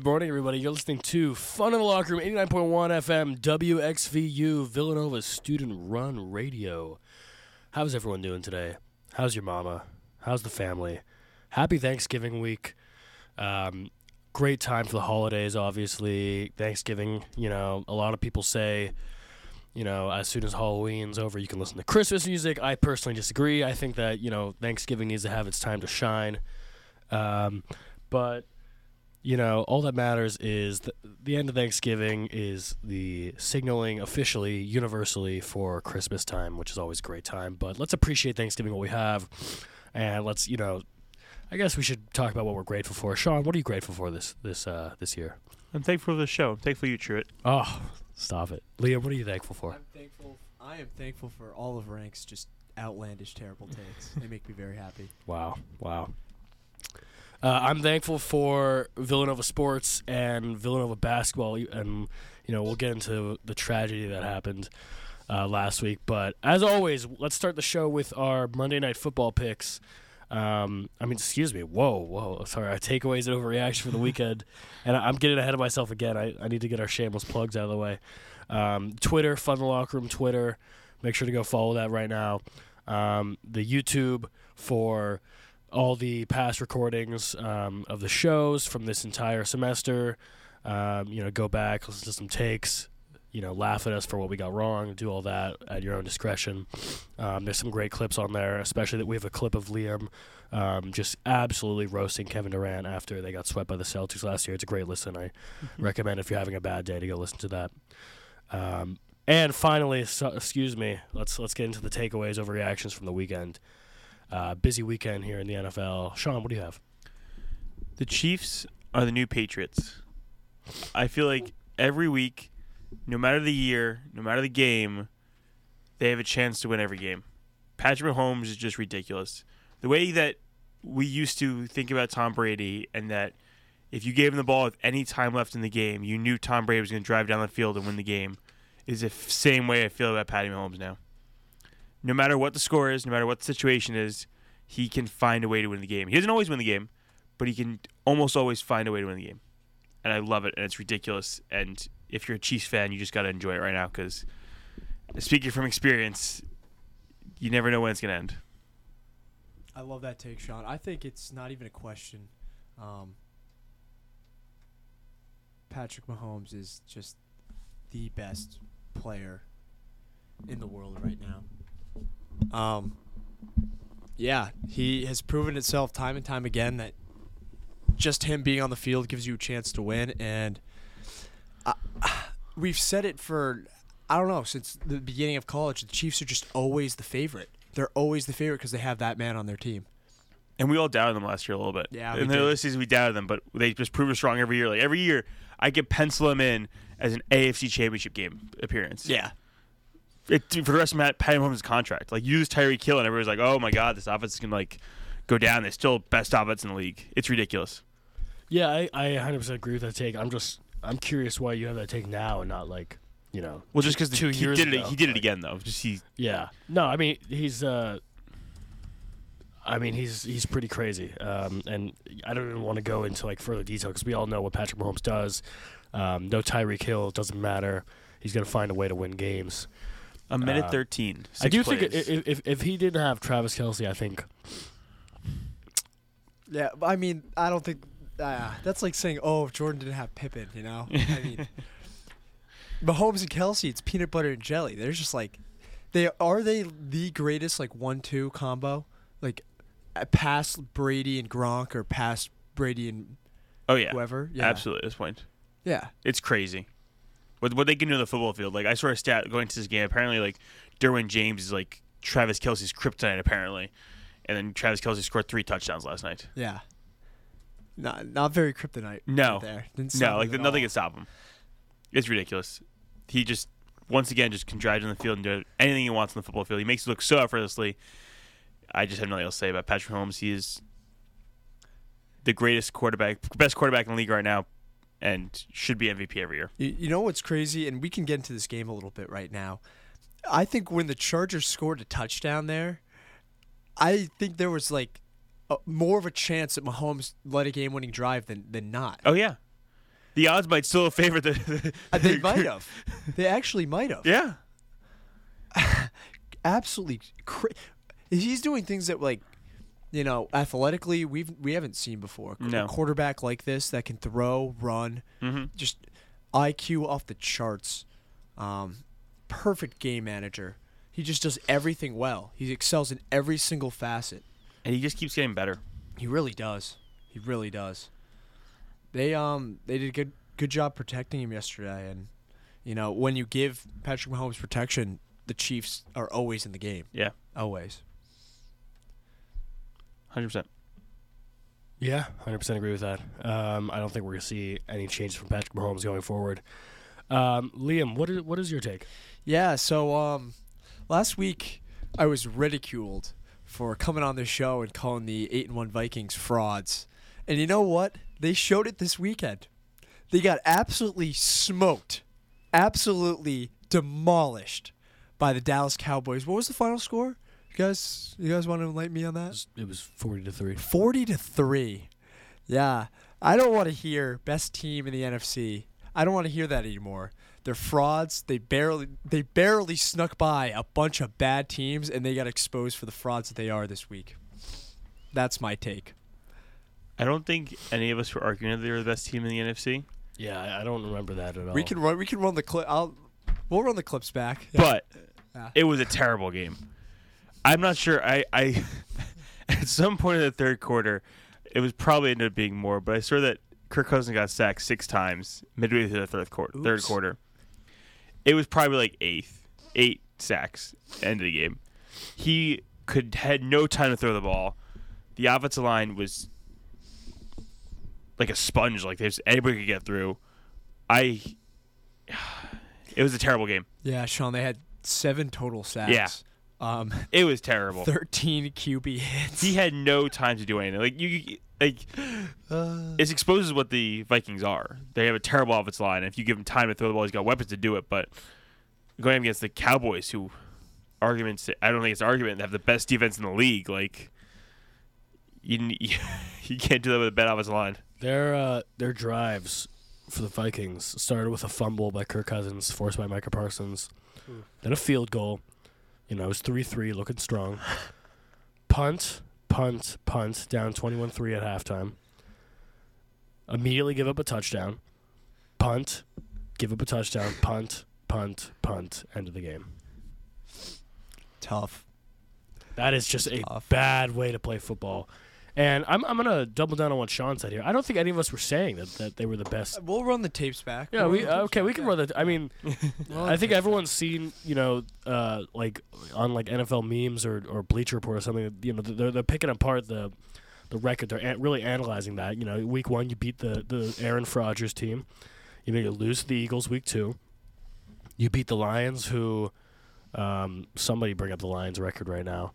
morning, everybody. You're listening to Fun in the Locker Room, 89.1 FM, WXVU, Villanova Student Run Radio. How's everyone doing today? How's your mama? How's the family? Happy Thanksgiving week. Um, great time for the holidays, obviously. Thanksgiving, you know, a lot of people say, you know, as soon as Halloween's over, you can listen to Christmas music. I personally disagree. I think that, you know, Thanksgiving needs to have its time to shine. Um, but you know, all that matters is the, the end of Thanksgiving is the signaling officially, universally for Christmas time, which is always a great time. But let's appreciate Thanksgiving what we have, and let's you know, I guess we should talk about what we're grateful for. Sean, what are you grateful for this this uh, this year? I'm thankful for the show. I'm thankful you, Truett. Oh, stop it, Liam. What are you thankful for? I'm thankful. I am thankful for all of Rank's just outlandish, terrible takes. they make me very happy. Wow, wow. Uh, I'm thankful for Villanova sports and Villanova basketball, and you know we'll get into the tragedy that happened uh, last week. But as always, let's start the show with our Monday night football picks. Um, I mean, excuse me. Whoa, whoa. Sorry, our takeaways and overreaction for the weekend, and I, I'm getting ahead of myself again. I, I need to get our shameless plugs out of the way. Um, Twitter, Fun the Locker Room Twitter. Make sure to go follow that right now. Um, the YouTube for all the past recordings um, of the shows from this entire semester. Um, you know, go back, listen to some takes. You know, laugh at us for what we got wrong. Do all that at your own discretion. Um, there's some great clips on there, especially that we have a clip of Liam um, just absolutely roasting Kevin Durant after they got swept by the Celtics last year. It's a great listen. I recommend if you're having a bad day to go listen to that. Um, and finally, so, excuse me. Let's let's get into the takeaways, overreactions from the weekend. Uh, busy weekend here in the NFL. Sean, what do you have? The Chiefs are the new Patriots. I feel like every week, no matter the year, no matter the game, they have a chance to win every game. Patrick Mahomes is just ridiculous. The way that we used to think about Tom Brady and that if you gave him the ball with any time left in the game, you knew Tom Brady was going to drive down the field and win the game is the f- same way I feel about Patty Mahomes now no matter what the score is, no matter what the situation is, he can find a way to win the game. He doesn't always win the game, but he can almost always find a way to win the game. And I love it, and it's ridiculous. And if you're a Chiefs fan, you just got to enjoy it right now because, speaking from experience, you never know when it's going to end. I love that take, Sean. I think it's not even a question. Um, Patrick Mahomes is just the best player in the world right now. Um, yeah, he has proven itself time and time again that just him being on the field gives you a chance to win. And I, we've said it for, I don't know, since the beginning of college, the Chiefs are just always the favorite. They're always the favorite because they have that man on their team. And we all doubted them last year a little bit. Yeah, we In the did. other season, we doubted them, but they just proved us wrong every year. Like every year, I could pencil them in as an AFC Championship game appearance. Yeah. it, for the rest of Matt Patty Mahomes' contract. Like use Tyree Kill, and everybody's like, "Oh my God, this offense is gonna like go down." They're still best offense in the league. It's ridiculous. Yeah, I, I 100% agree with that take. I'm just I'm curious why you have that take now and not like you know. Well, just because Two he years did it, ago, he did like- it again though. Just he, Yeah. No, I mean he's uh. I mean he's he's pretty crazy, um, and I don't even want to go into like further detail because we all know what Patrick Mahomes does. Um, no Tyreek Hill, it doesn't matter. He's gonna find a way to win games. a minute Uh, thirteen. I do plays. think i- i- if if he didn't have Travis Kelsey, I think Yeah, but I mean, I don't think uh, that's like saying, "Oh, if Jordan didn't have Pippen," you know. I mean, Mahomes and Kelsey, it's peanut butter and jelly. They're just like, they are they the greatest like one-two combo, like uh, past Brady and Gronk or past Brady and oh yeah, whoever. Yeah, absolutely. At this point, Yeah, it's crazy. What what they can do in the football field. Like I saw a stat going to this game. Apparently, like Derwin James is like Travis Kelsey's kryptonite. Apparently, and then Travis Kelsey scored three touchdowns last night. yeah. Not not very kryptonite. No. there. Didn't stop No, him like at nothing all. can stop him. It's ridiculous. He just once again just can drive down the field and do anything he wants on the football field. He makes it look so effortlessly. I just have nothing else to say about Patrick Holmes. He is the greatest quarterback, best quarterback in the league right now, and should be MVP every year. You, you know what's crazy, and we can get into this game a little bit right now. I think when the Chargers scored a touchdown there, I think there was like a, more of a chance that Mahomes led a game-winning drive than than not. Oh yeah, the odds might still favor the. Uh, They might have. They actually might have. Yeah. Absolutely. Cra- He's doing things that like, you know, athletically we've we haven't seen before. A No. quarterback like this that can throw, run, Mm-hmm. just IQ off the charts. Um, perfect game manager. He just does everything well. He excels in every single facet. And he just keeps getting better. He really does. He really does. They um they did a good good job protecting him yesterday, and you know when you give Patrick Mahomes protection, the Chiefs are always in the game. Yeah. Always. Hundred percent. Yeah, hundred percent agree with that. Um, I don't think we're gonna see any changes from Patrick Mahomes going forward. Um, Liam, what is what is your take? Yeah. So um, last week I was ridiculed for coming on the show and calling the eight and one Vikings frauds, and you know what? They showed it this weekend. They got absolutely smoked, absolutely demolished by the Dallas Cowboys. What was the final score? You guys, you guys want to enlighten me on that? It was forty to three. 40 to 3. Yeah. I don't want to hear best team in the NFC. I don't want to hear that anymore. They're frauds. They barely they barely snuck by a bunch of bad teams and they got exposed for the frauds that they are this week. That's my take. I don't think any of us were arguing that they were the best team in the NFC, Yeah, I- I don't remember that at all. We can run we can run the clip I'll we'll run the clips back. but Yeah. it was a terrible game. I'm not sure. I, I at some point in the third quarter, it was probably ended up being more, but I saw that Kirk Cousins got sacked six times midway through the third quarter. Third Oops. quarter, it was probably like eighth, eight sacks end of the game. He could had no time to throw the ball. The offensive line was like a sponge. Like there's anybody could get through. I. It was a terrible game. Yeah, Sean, they had 7 total sacks. Yeah. Um It was terrible. 13 QB hits. he had no time to do anything. Like you- you, like it exposes what the Vikings are. They have a terrible offensive line. And if you give him time to throw the ball, he's got weapons to do it. But going up against the Cowboys, who arguments, I don't think it's an argument, they have the best defense in the league. Like you, n- you can't do that with a bad offensive line. Their uh, their drives for the Vikings started with a fumble by Kirk Cousins, forced by Micah Parsons, then a field goal. You know, it was three three, looking strong. Punt, punt, punt, down 21-3 at halftime. Immediately give up a touchdown. Punt, give up a touchdown. Punt, punt, punt. End of the game. tough. That is just a Tough. bad way to play football. And I'm, I'm going to double down on what Sean said here. I don't think any of us were saying that, that they were the best. We'll run the tapes back. Yeah, We'll we uh, run the tapes okay. We back. can run that. I mean, We'll run I the think tapes everyone's seen you know, uh, like on like NFL memes or or Bleacher Report or something. You know, they're they're picking apart the the record. They're an- really analyzing that. You know, week one you beat the the Aaron Rodgers team. You know, you lose to the Eagles week two. You beat the Lions, who um, somebody bring up the Lions record right now.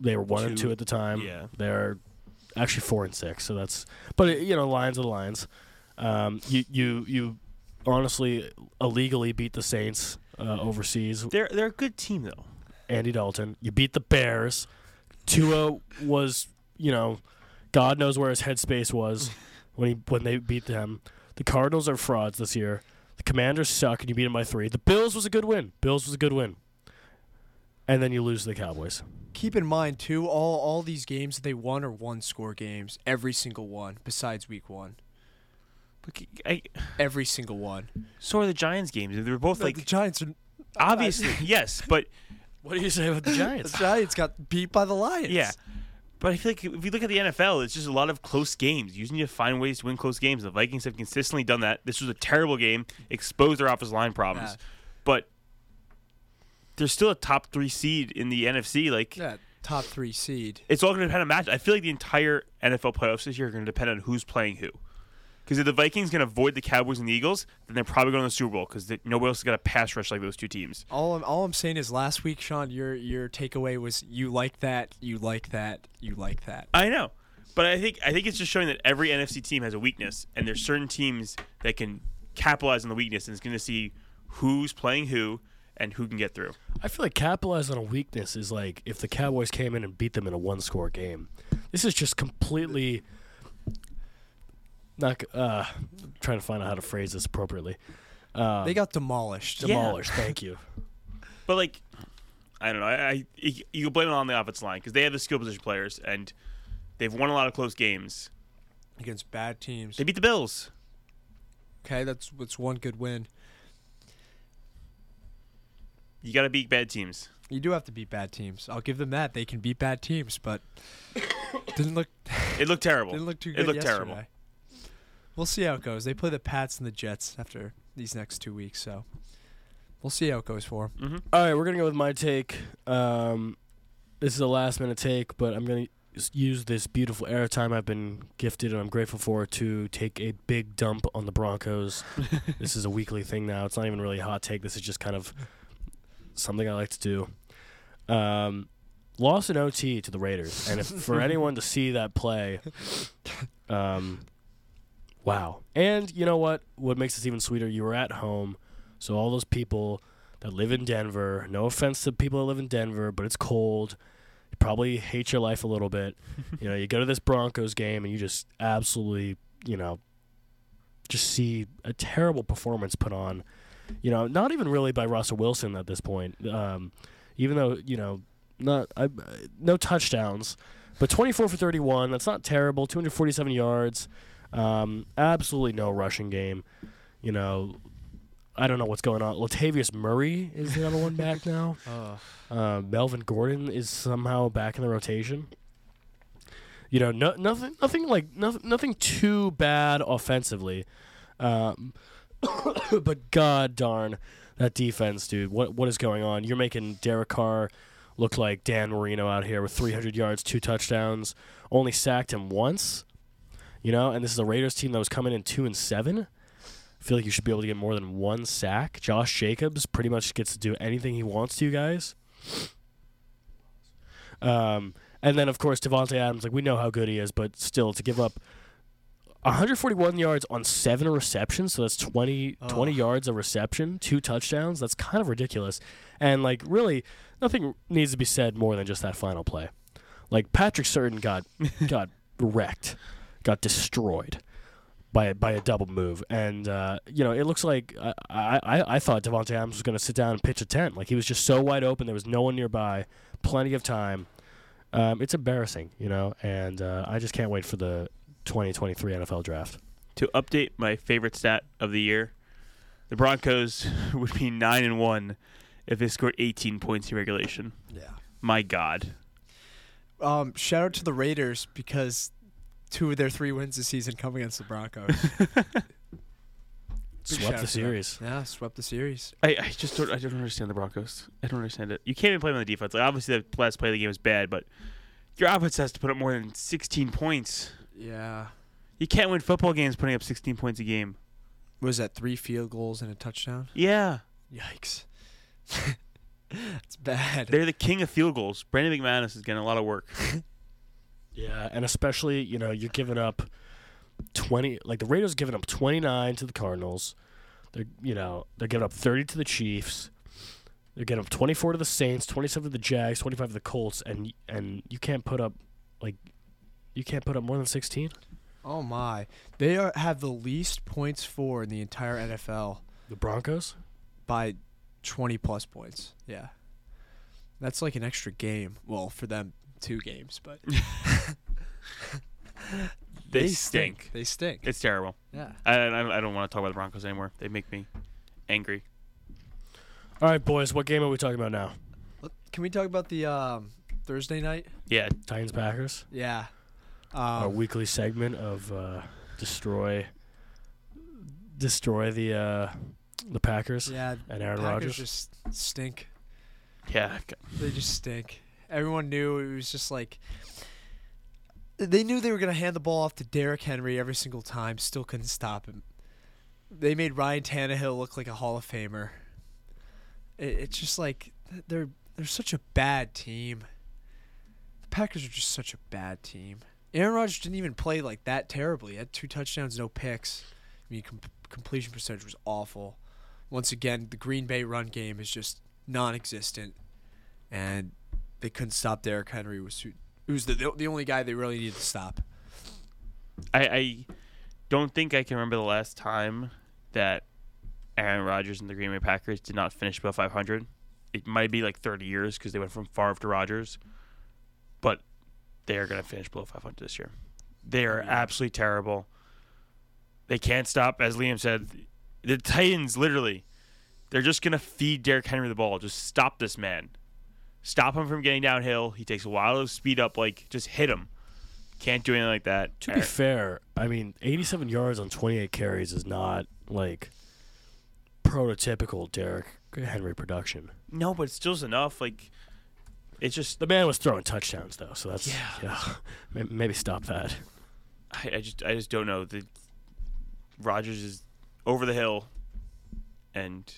They were one and Two. two at the time. Yeah. They're actually four and six, so that's. But you know, Lions are the Lions. Um, you you you honestly illegally beat the Saints uh, overseas. They're they're a good team though. Andy Dalton. You beat the Bears. Tua was, you know, God knows where his headspace was when he when they beat them. The Cardinals are frauds this year. The Commanders suck, and you beat them by three. The Bills was a good win. Bills was a good win. And then you lose to the Cowboys. keep in mind too all all these games that they won are one score games every single one besides week one But I, every single one so are the Giants games. They were both the like giants are obviously yes, but What do you say about the the Giants? giants got beat by the lions Yeah. But I feel like if you look at the NFL, it's just a lot of close games. You just need to find ways to win close games. The Vikings have consistently done that. This was a terrible game, exposed their offensive line problems. Yeah. But they're still a top three seed in the NFC. Like yeah top three seed it's all going to depend on match. I feel like the entire NFL playoffs this year are going to depend on who's playing who. Because if the Vikings can avoid the Cowboys and the Eagles, then they're probably going to the Super Bowl because nobody else has got a pass rush like those two teams. all I'm, all I'm saying is last week sean your your takeaway was you like that you like that you like that I know, but I think I think it's just showing that every NFC team has a weakness, and there's certain teams that can capitalize on the weakness, and it's going to see who's playing who and who can get through. I feel like capitalize on a weakness is like if the Cowboys came in and beat them in a one score game. This is just completely not g- uh, trying to find out how to phrase this appropriately. Um, they got demolished. Yeah. demolished. Thank you. But like, I don't know. I, I you you can blame it on the offensive line because they have the skill position players and they've won a lot of close games. against bad teams. They beat the Bills. Okay, that's that's one good win. You got to beat bad teams. You do have to beat bad teams. I'll give them that. They can beat bad teams, but didn't look It looked terrible. didn't look too It good looked yesterday. terrible. We'll see how it goes. They play the Pats and the Jets after these next two weeks, so we'll see how it goes for 'em. hmm All right, we're gonna go with my take. Um, this is a last minute take, but I'm gonna s- use this beautiful airtime I've been gifted and I'm grateful for to take a big dump on the Broncos. this is a weekly thing now. It's not even really a hot take. This is just kind of something I like to do. Um, lost an OT to the Raiders, and if, for anyone to see that play, um, wow. And you know what? What makes this even sweeter? You were at home, so all those people that live in Denver. No offense to people that live in Denver, but it's cold. You probably hate your life a little bit. you know, you go to this Broncos game and you just absolutely, you know, just see a terrible performance put on. You know, not even really by Russell Wilson at this point. Um, even though you know, not I, no touchdowns, but 24 for 31. That's not terrible. 247 yards. Um, absolutely no rushing game. You know, I don't know what's going on. Latavius Murray is the number one back now. Ugh. Uh, Melvin Gordon is somehow back in the rotation. You know, no, nothing, nothing like nothing, nothing too bad offensively, um, but god darn that defense, dude. What what is going on? You're making Derek Carr look like Dan Marino out here with 300 yards, two touchdowns, only sacked him once. You know, and this is a Raiders team that was coming in two and seven. I feel like you should be able to get more than one sack. Josh Jacobs pretty much gets to do anything he wants to, you guys. Um, and then, of course, Devontae Adams, like we know how good he is, but still to give up 141 yards on seven receptions, so that's 20, 20 Ugh. yards a reception, two touchdowns, that's kind of ridiculous. And, like, really, nothing needs to be said more than just that final play. Like, Patrick Certain got, got wrecked, got destroyed by a, by a double move, and uh, you know it looks like I I, I- I thought Devonte Adams was going to sit down and pitch a tent, like he was just so wide open, there was no one nearby, plenty of time. Um, it's embarrassing, you know, and uh, I just can't wait for the 2023 NFL draft. To update my favorite stat of the year, the Broncos would be nine and one if they scored 18 points in regulation. Yeah. My God. Um, shout out to the Raiders because two of their three wins this season come against the Broncos. Big shout Swept out the to them. series. Yeah, swept the series. I, I just don't I don't understand the Broncos. I don't understand it. You can't even play them on the defense. Like obviously the last play of the game is bad, but your offense has to put up more than 16 points. Yeah. You can't win football games putting up 16 points a game. Was that three field goals and a touchdown? Yeah, Yikes. It's bad. they're the king of field goals. Brandon McManus is getting a lot of work. Yeah, and especially you know you're giving up 20, like the Raiders giving up 29 to the Cardinals. They're you know they're giving up 30 to the Chiefs. They're giving up 24 to the Saints, 27 to the Jags, 25 to the Colts, and and you can't put up like you can't put up more than 16. oh my. They are, have the least points for in the entire NFL The Broncos. by 20 plus points. Yeah. That's like an extra game. Well, for them, two games, but They, stink. They stink. It's terrible. yeah. I, I, I don't want to talk about the Broncos anymore. They make me angry. All right, boys, what game are we talking about now? Let- Can we talk about the um, Thursday night? Yeah, Titans Packers. Yeah. Our Um, weekly segment of uh, destroy destroy the uh, the Packers yeah. and Aaron Packers Rodgers. just stink. yeah. I've got- They just stink. Everyone knew it was just like they knew they were gonna hand the ball off to Derrick Henry every single time. Still couldn't stop him. They made Ryan Tannehill look like a Hall of Famer. It, it's just like th- they're they're such a bad team. The Packers are just such a bad team. Aaron Rodgers didn't even play like that terribly. He had two touchdowns, no picks. I mean, com- completion percentage was awful. Once again, the Green Bay run game is just non-existent and they couldn't stop Derrick Henry, was who, who's the the only guy they really needed to stop. I, I don't think I can remember the last time that Aaron Rodgers and the Green Bay Packers did not finish above 500. It might be like 30 years because they went from Favre to Rodgers, but they are going to finish below 500 this year. They are absolutely terrible. They can't stop, as Liam said. The Titans, literally, they're just going to feed Derrick Henry the ball. Just stop this man. Stop him from getting downhill. He takes a while to speed up. Like, just hit him. Can't do anything like that. To Aaron- be fair, I mean, 87 yards on 28 carries is not like prototypical Derrick Henry production. No, but it's still enough. Like, it's just The man was throwing touchdowns though, so that's Yeah. yeah. May- Maybe stop that. I, I just I just don't know. The Rogers is over the hill, and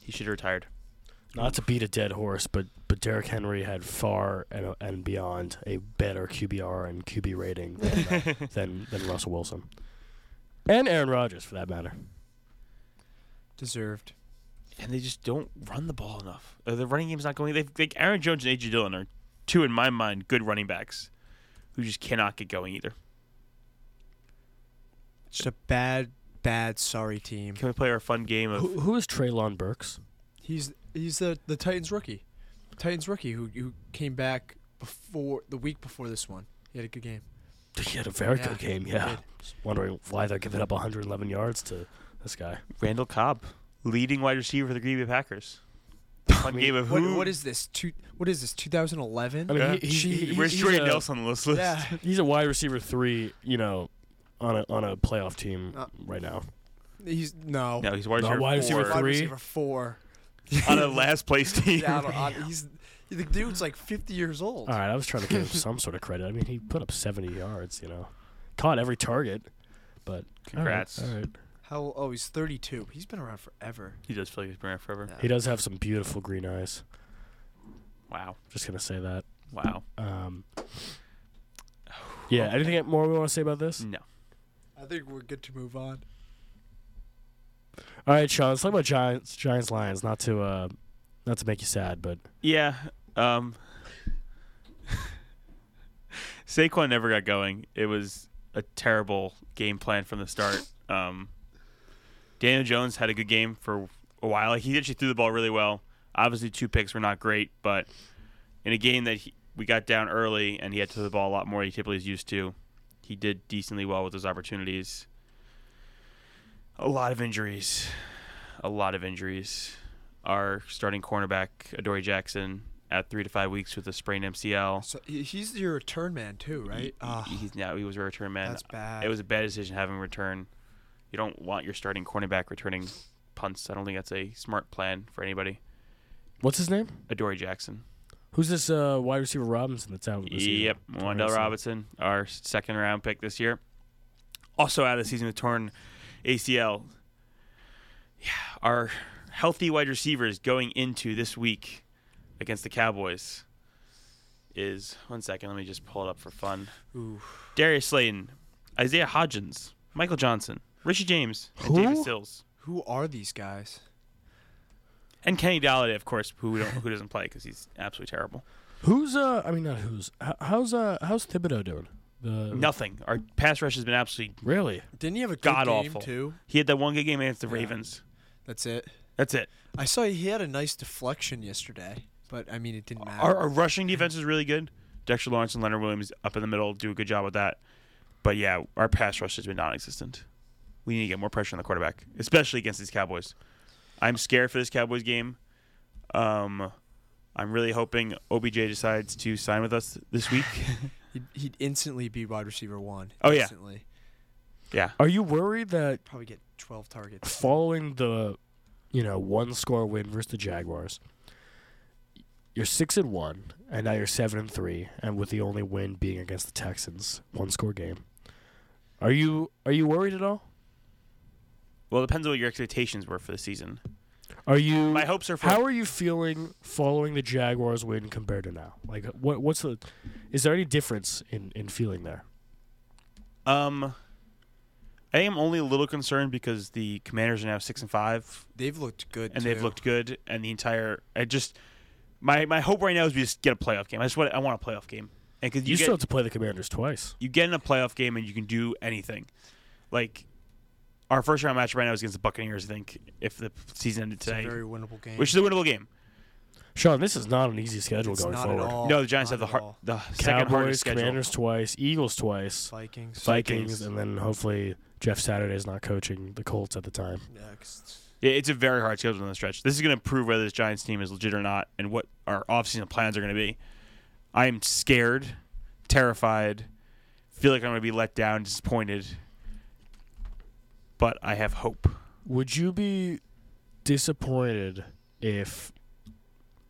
he should have retired. Not to beat a dead horse, but but Derrick Henry had far and and beyond a better QBR and QB rating than uh, than, than Russell Wilson and Aaron Rodgers for that matter. Deserved. And they just don't run the ball enough. Uh, the running game's not going. They like Aaron Jones and AJ Dillon are two in my mind good running backs who just cannot get going either. Just a bad, bad, sorry team. Can we play our fun game of Who, who is Traylon Burks? He's he's the the Titans rookie, Titans rookie who who came back before the week before this one. He had a good game. He had a very Yeah, good game. he Yeah, did. Just wondering why they're giving up 111 yards to this guy. Randall Cobb, leading wide receiver for the Green Bay Packers? Fun game of What, who? what is this? Two, what is this? 2011? I mean, Yeah. he, he, he, Where's he's Jordy a- Nelson on this list? yeah. He's a wide receiver three. You know, on a on a playoff team Uh, right now. He's no. No, he's wide No, receiver. wide receiver four Wide three. receiver four. on a last place team. Yeah, I don't- I- he's the dude's like 50 years old. All right, I was trying to give him some sort of credit. I mean, he put up 70 yards, you know. Caught every target, but Congrats. All right, all right. How? Oh, he's 32. He's been around forever. He does feel like he's been around forever. Yeah. He does have some beautiful green eyes. Wow. Just going to say that. Wow. Um, yeah, anything more we want to say about this? No. I think we're good to move on. All right, Sean, let's talk about Giants, Giants Lions, not to uh, not to make you sad, but Yeah. Um Saquon never got going. It was a terrible game plan from the start. Um Daniel Jones had a good game for a while. Like he actually threw the ball really well. Obviously two picks were not great, but in a game that he, we got down early and he had to throw the ball a lot more than he typically is used to, he did decently well with those opportunities. A lot of injuries. A lot of injuries. Our starting cornerback, Adoree Jackson, at three to five weeks with a sprained MCL. So he- he's your return man too, right? He, Ah, he's now he was a return man. that's bad. It was a bad decision having him return. You don't want your starting cornerback returning punts. I don't think that's a smart plan for anybody. what's his name? Adoree Jackson. Who's this uh, wide receiver Robinson that's out? This year? Yep, Wendell Robinson. Robinson, our second round pick this year, also out of the season with torn ACL. Yeah, our healthy wide receivers going into this week against the Cowboys is one second. Let me just pull it up for fun. Ooh. Darius Slayton, Isaiah Hodgins, Michael Johnson, Richie James, and Who? David Sills, Who are these guys? and Kenny Galladay, of course, who we don't who doesn't play because he's absolutely terrible. Who's uh? I mean, not who's. h- How's uh? How's Thibodeau doing? The Nothing. Our pass rush has been absolutely. really. Didn't he have a good God game awful. too? He had that one good game against the Yeah. Ravens. That's it. That's it. I saw he had a nice deflection yesterday, but I mean it didn't matter. Our, our rushing defense is really good. Dexter Lawrence and Leonard Williams up in the middle do a good job with that. But yeah, our pass rush has been non-existent. We need to get more pressure on the quarterback, especially against these Cowboys. I'm scared for this Cowboys game. Um, I'm really hoping OBJ decides to sign with us this week. he'd, he'd instantly be wide receiver one. Oh, yeah. instantly. yeah, Are you worried that probably get 12 targets. following the, you know, one score win versus the Jaguars, you're six and one, and now you're seven and three, and with the only win being against the Texans, one score game. Are you are you worried at all? well, it depends on what your expectations were for the season. Are you? My hopes are for how are you feeling following the Jaguars win compared to now? Like, what what's the? Is there any difference in in feeling there? um, I am only a little concerned because the Commanders are now six and five. They've looked good. and they've too. looked good. And the entire, I just, my my hope right now is we just get a playoff game. I just want, I want a playoff game. and because You, you, still get have to play the Commanders twice. you get in a playoff game and you can do anything. Like our first round match right now is against the Buccaneers. I think if the season ended It's a today, very winnable game. which is a winnable game. Sean, this is not an easy schedule It's going not forward. at all. no, the Giants Not have the at all. har- the second hardest Cowboys, schedule. Commanders twice, Eagles twice, Vikings. Vikings, Vikings. and then hopefully Jeff Saturday's not coaching the Colts at the time. Next. Yeah, it's a very hard schedule in the stretch. This is going to prove whether this Giants team is legit or not and what our offseason plans are going to be. I am scared, terrified, feel like I'm going to be let down, disappointed, but I have hope. Would you be disappointed if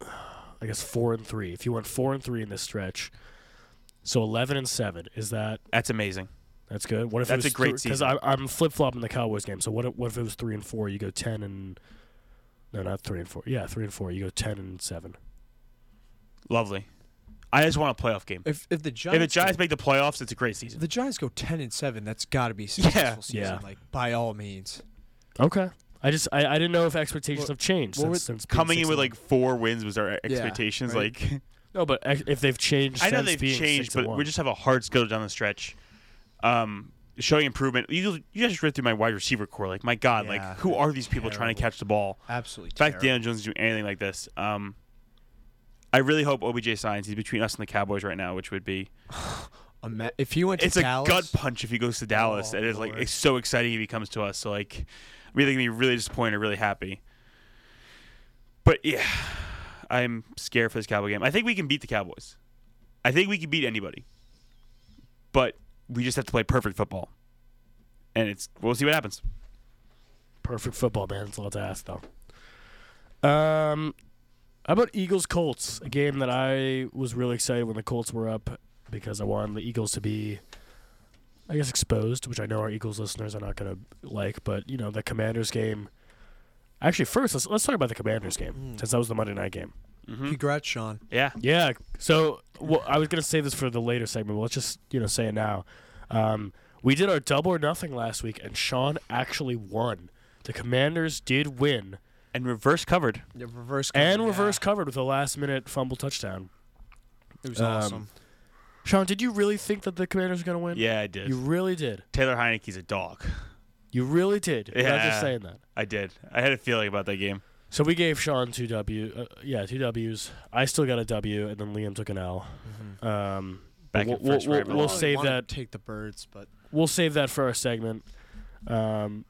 I guess four and three? If you went four and three in this stretch, so eleven and seven is that That's amazing. that's good? What if That's it was a great Because season. I'm flip flopping the Cowboys game. So what if, what if it was three and four? You go ten and no, not three and four. Yeah, three and four. You go ten and seven. Lovely. I just want a playoff game. If if the If Giants the Giants go, make the playoffs, it's a great if season. the Giants go ten and seven, that's got to be a successful Yeah. season. Yeah. Like by all means. Okay. I just I, I didn't know if expectations Well, have changed what since, would- since being Coming in 6 with and like four wins was our expectations. right. Like No, but ex- if they've changed, I know since they've being changed, six and but one. we just have a hard schedule down the stretch. Um, showing improvement. You you just read through my wide receiver core. Like my God, Yeah, like who are these people trying to terrible. catch the ball? Absolutely. The fact that terrible. Daniel Jones is doing anything like this. Um, I really hope OBJ signs. He's between us and the Cowboys right now, which would be A ma- if he went to it's Dallas, a gut punch if he goes to Dallas. Oh, and it's like Lord. it's so exciting if he comes to us. So like, I'm either gonna be really disappointed or really happy. But yeah, I'm scared for this Cowboy game. I think we can beat the Cowboys. I think we can beat anybody. But we just have to play perfect football, and it's we'll see what happens. perfect football, man. It's a lot to ask, though. Um, how about Eagles Colts? A game that I was really excited when the Colts were up because I wanted the Eagles to be, I guess, exposed, which I know our Eagles listeners are not going to like. But you know, the Commanders game. Actually, first let's let's talk about the Commanders game Mm. since that was the Monday night game. Mhm. Congrats, Sean. Yeah, Yeah. So well, I was gonna say this for the later segment. But let's just you know say it now. Um, we did our double or nothing last week, and Sean actually won. The Commanders did win and reverse covered. Yeah, reverse and cover, reverse yeah. covered with a last minute fumble touchdown. It was um, awesome. Sean, did you really think that the Commanders were gonna win? Yeah, I did. You really did. Taylor Heineke's a dog. You really did. Yeah. Not just Yeah. saying that. I did. I had a feeling about that game. So we gave Sean two W, uh, yeah, two Ws. I still got a W, and then Liam took an L. Mm-hmm. Um, Back we'll, in first we'll, round. we'll, we'll save that. Take the birds, but We'll save that for our segment. Um,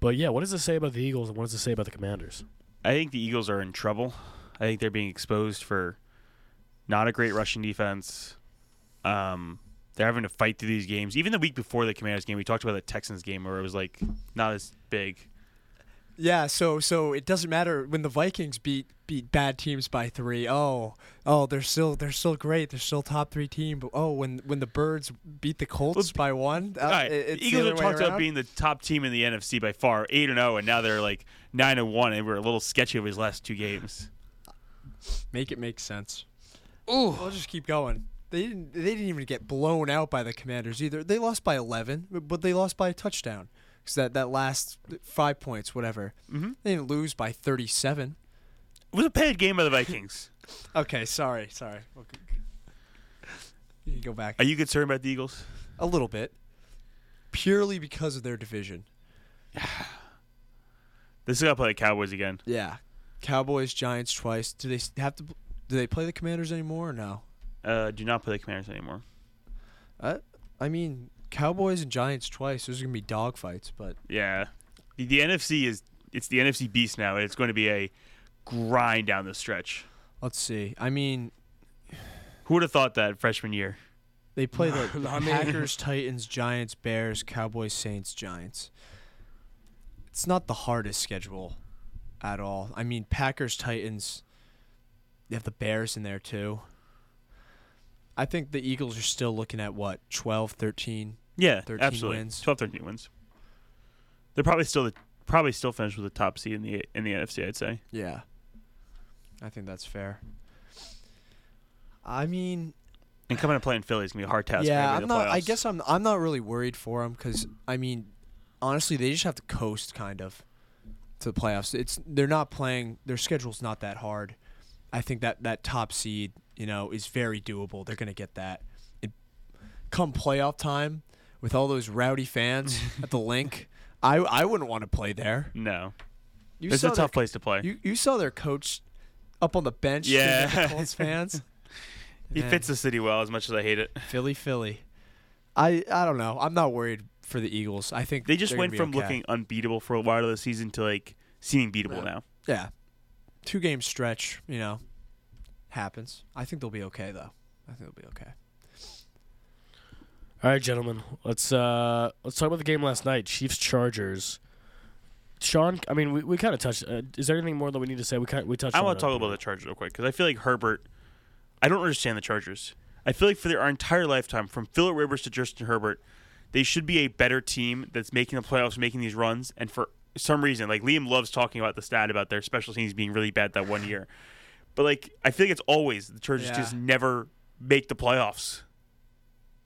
but yeah, what does it say about the Eagles, and what does it say about the Commanders? I think the Eagles are in trouble. I think they're being exposed for not a great rushing defense. Um, they're having to fight through these games. Even the week before the Commanders game, we talked about the Texans game where it was like not as big. Yeah, so so it doesn't matter when the Vikings beat beat bad teams by three. Oh, oh, they're still they're still great. They're still top three team. But oh, when when the Birds beat the Colts Well, by one, uh, All right, it- it's the Eagles other are way talked around. about being the top team in the NFC by far, eight and zero, and now they're like nine and one, and we're a little sketchy over his last two games. make it make sense. Ooh, I'll just keep going. They didn't they didn't even get blown out by the Commanders either. They lost by eleven, but- but they lost by a touchdown. Cause that that last five points, whatever. Mm-hmm. They didn't lose by thirty seven. It was a bad game by the Vikings. Okay, sorry, sorry. Okay. You can go back. Are you concerned about the Eagles? A little bit. Purely because of their division. They still got to play the Cowboys again. Yeah. Cowboys, Giants twice. Do they s- have to b- do they play the Commanders anymore or no? Uh, do not play the Commanders anymore. I I mean, Cowboys and Giants twice. There's going to be dogfights, but Yeah, the, the NFC is it's the NFC beast now. and It's going to be a grind down the stretch. let's see. I mean, Who would have thought that freshman year? they play the I mean- Packers, Titans, Giants, Bears, Cowboys, Saints, Giants. It's not the hardest schedule at all. I mean, Packers, Titans, they have the Bears in there too. I think the Eagles are still looking at what, 12, 13? Yeah, 13 absolutely. wins. 12, 13 wins. They're probably still the probably still finished with the top seed in the in the NFC. I'd say. Yeah. I think that's fair. I mean, And coming to play in Philly is gonna be a hard task. for yeah, anybody I'm in the not. I playoffs. guess I'm. I'm not really worried for them because I mean, honestly, they just have to coast kind of to the playoffs. It's they're not playing. Their schedule's not that hard. I think that that top seed you know, is very doable. They're going to get that. It, come playoff time, with all those rowdy fans at the link, I I wouldn't want to play there. No, You it's a saw their tough place to play. You you saw their coach up on the bench. cheering at Yeah. the Colts fans. he Man, fits the city well, as much as I hate it. Philly, Philly. I I don't know. I'm not worried for the Eagles. I think They just they're gonna went be from okay. looking unbeatable for a while of the season to like seeming beatable Yeah. now. yeah, two game stretch. You know, happens. I think they'll be okay though. I think they'll be okay. All right, gentlemen. Let's uh let's talk about the game last night. Chiefs Chargers. Sean, I mean, we, we kind of touched. Uh, is there anything more that we need to say? We kind we touched. I on want it. to talk about the Chargers real quick because I feel like Herbert. I don't understand the Chargers. I feel like for their entire lifetime, from Philip Rivers to Justin Herbert, they should be a better team that's making the playoffs, making these runs. And for some reason, like Liam loves talking about the stat about their special teams being really bad that one year, but like I feel like it's always the Chargers Yeah. just never make the playoffs.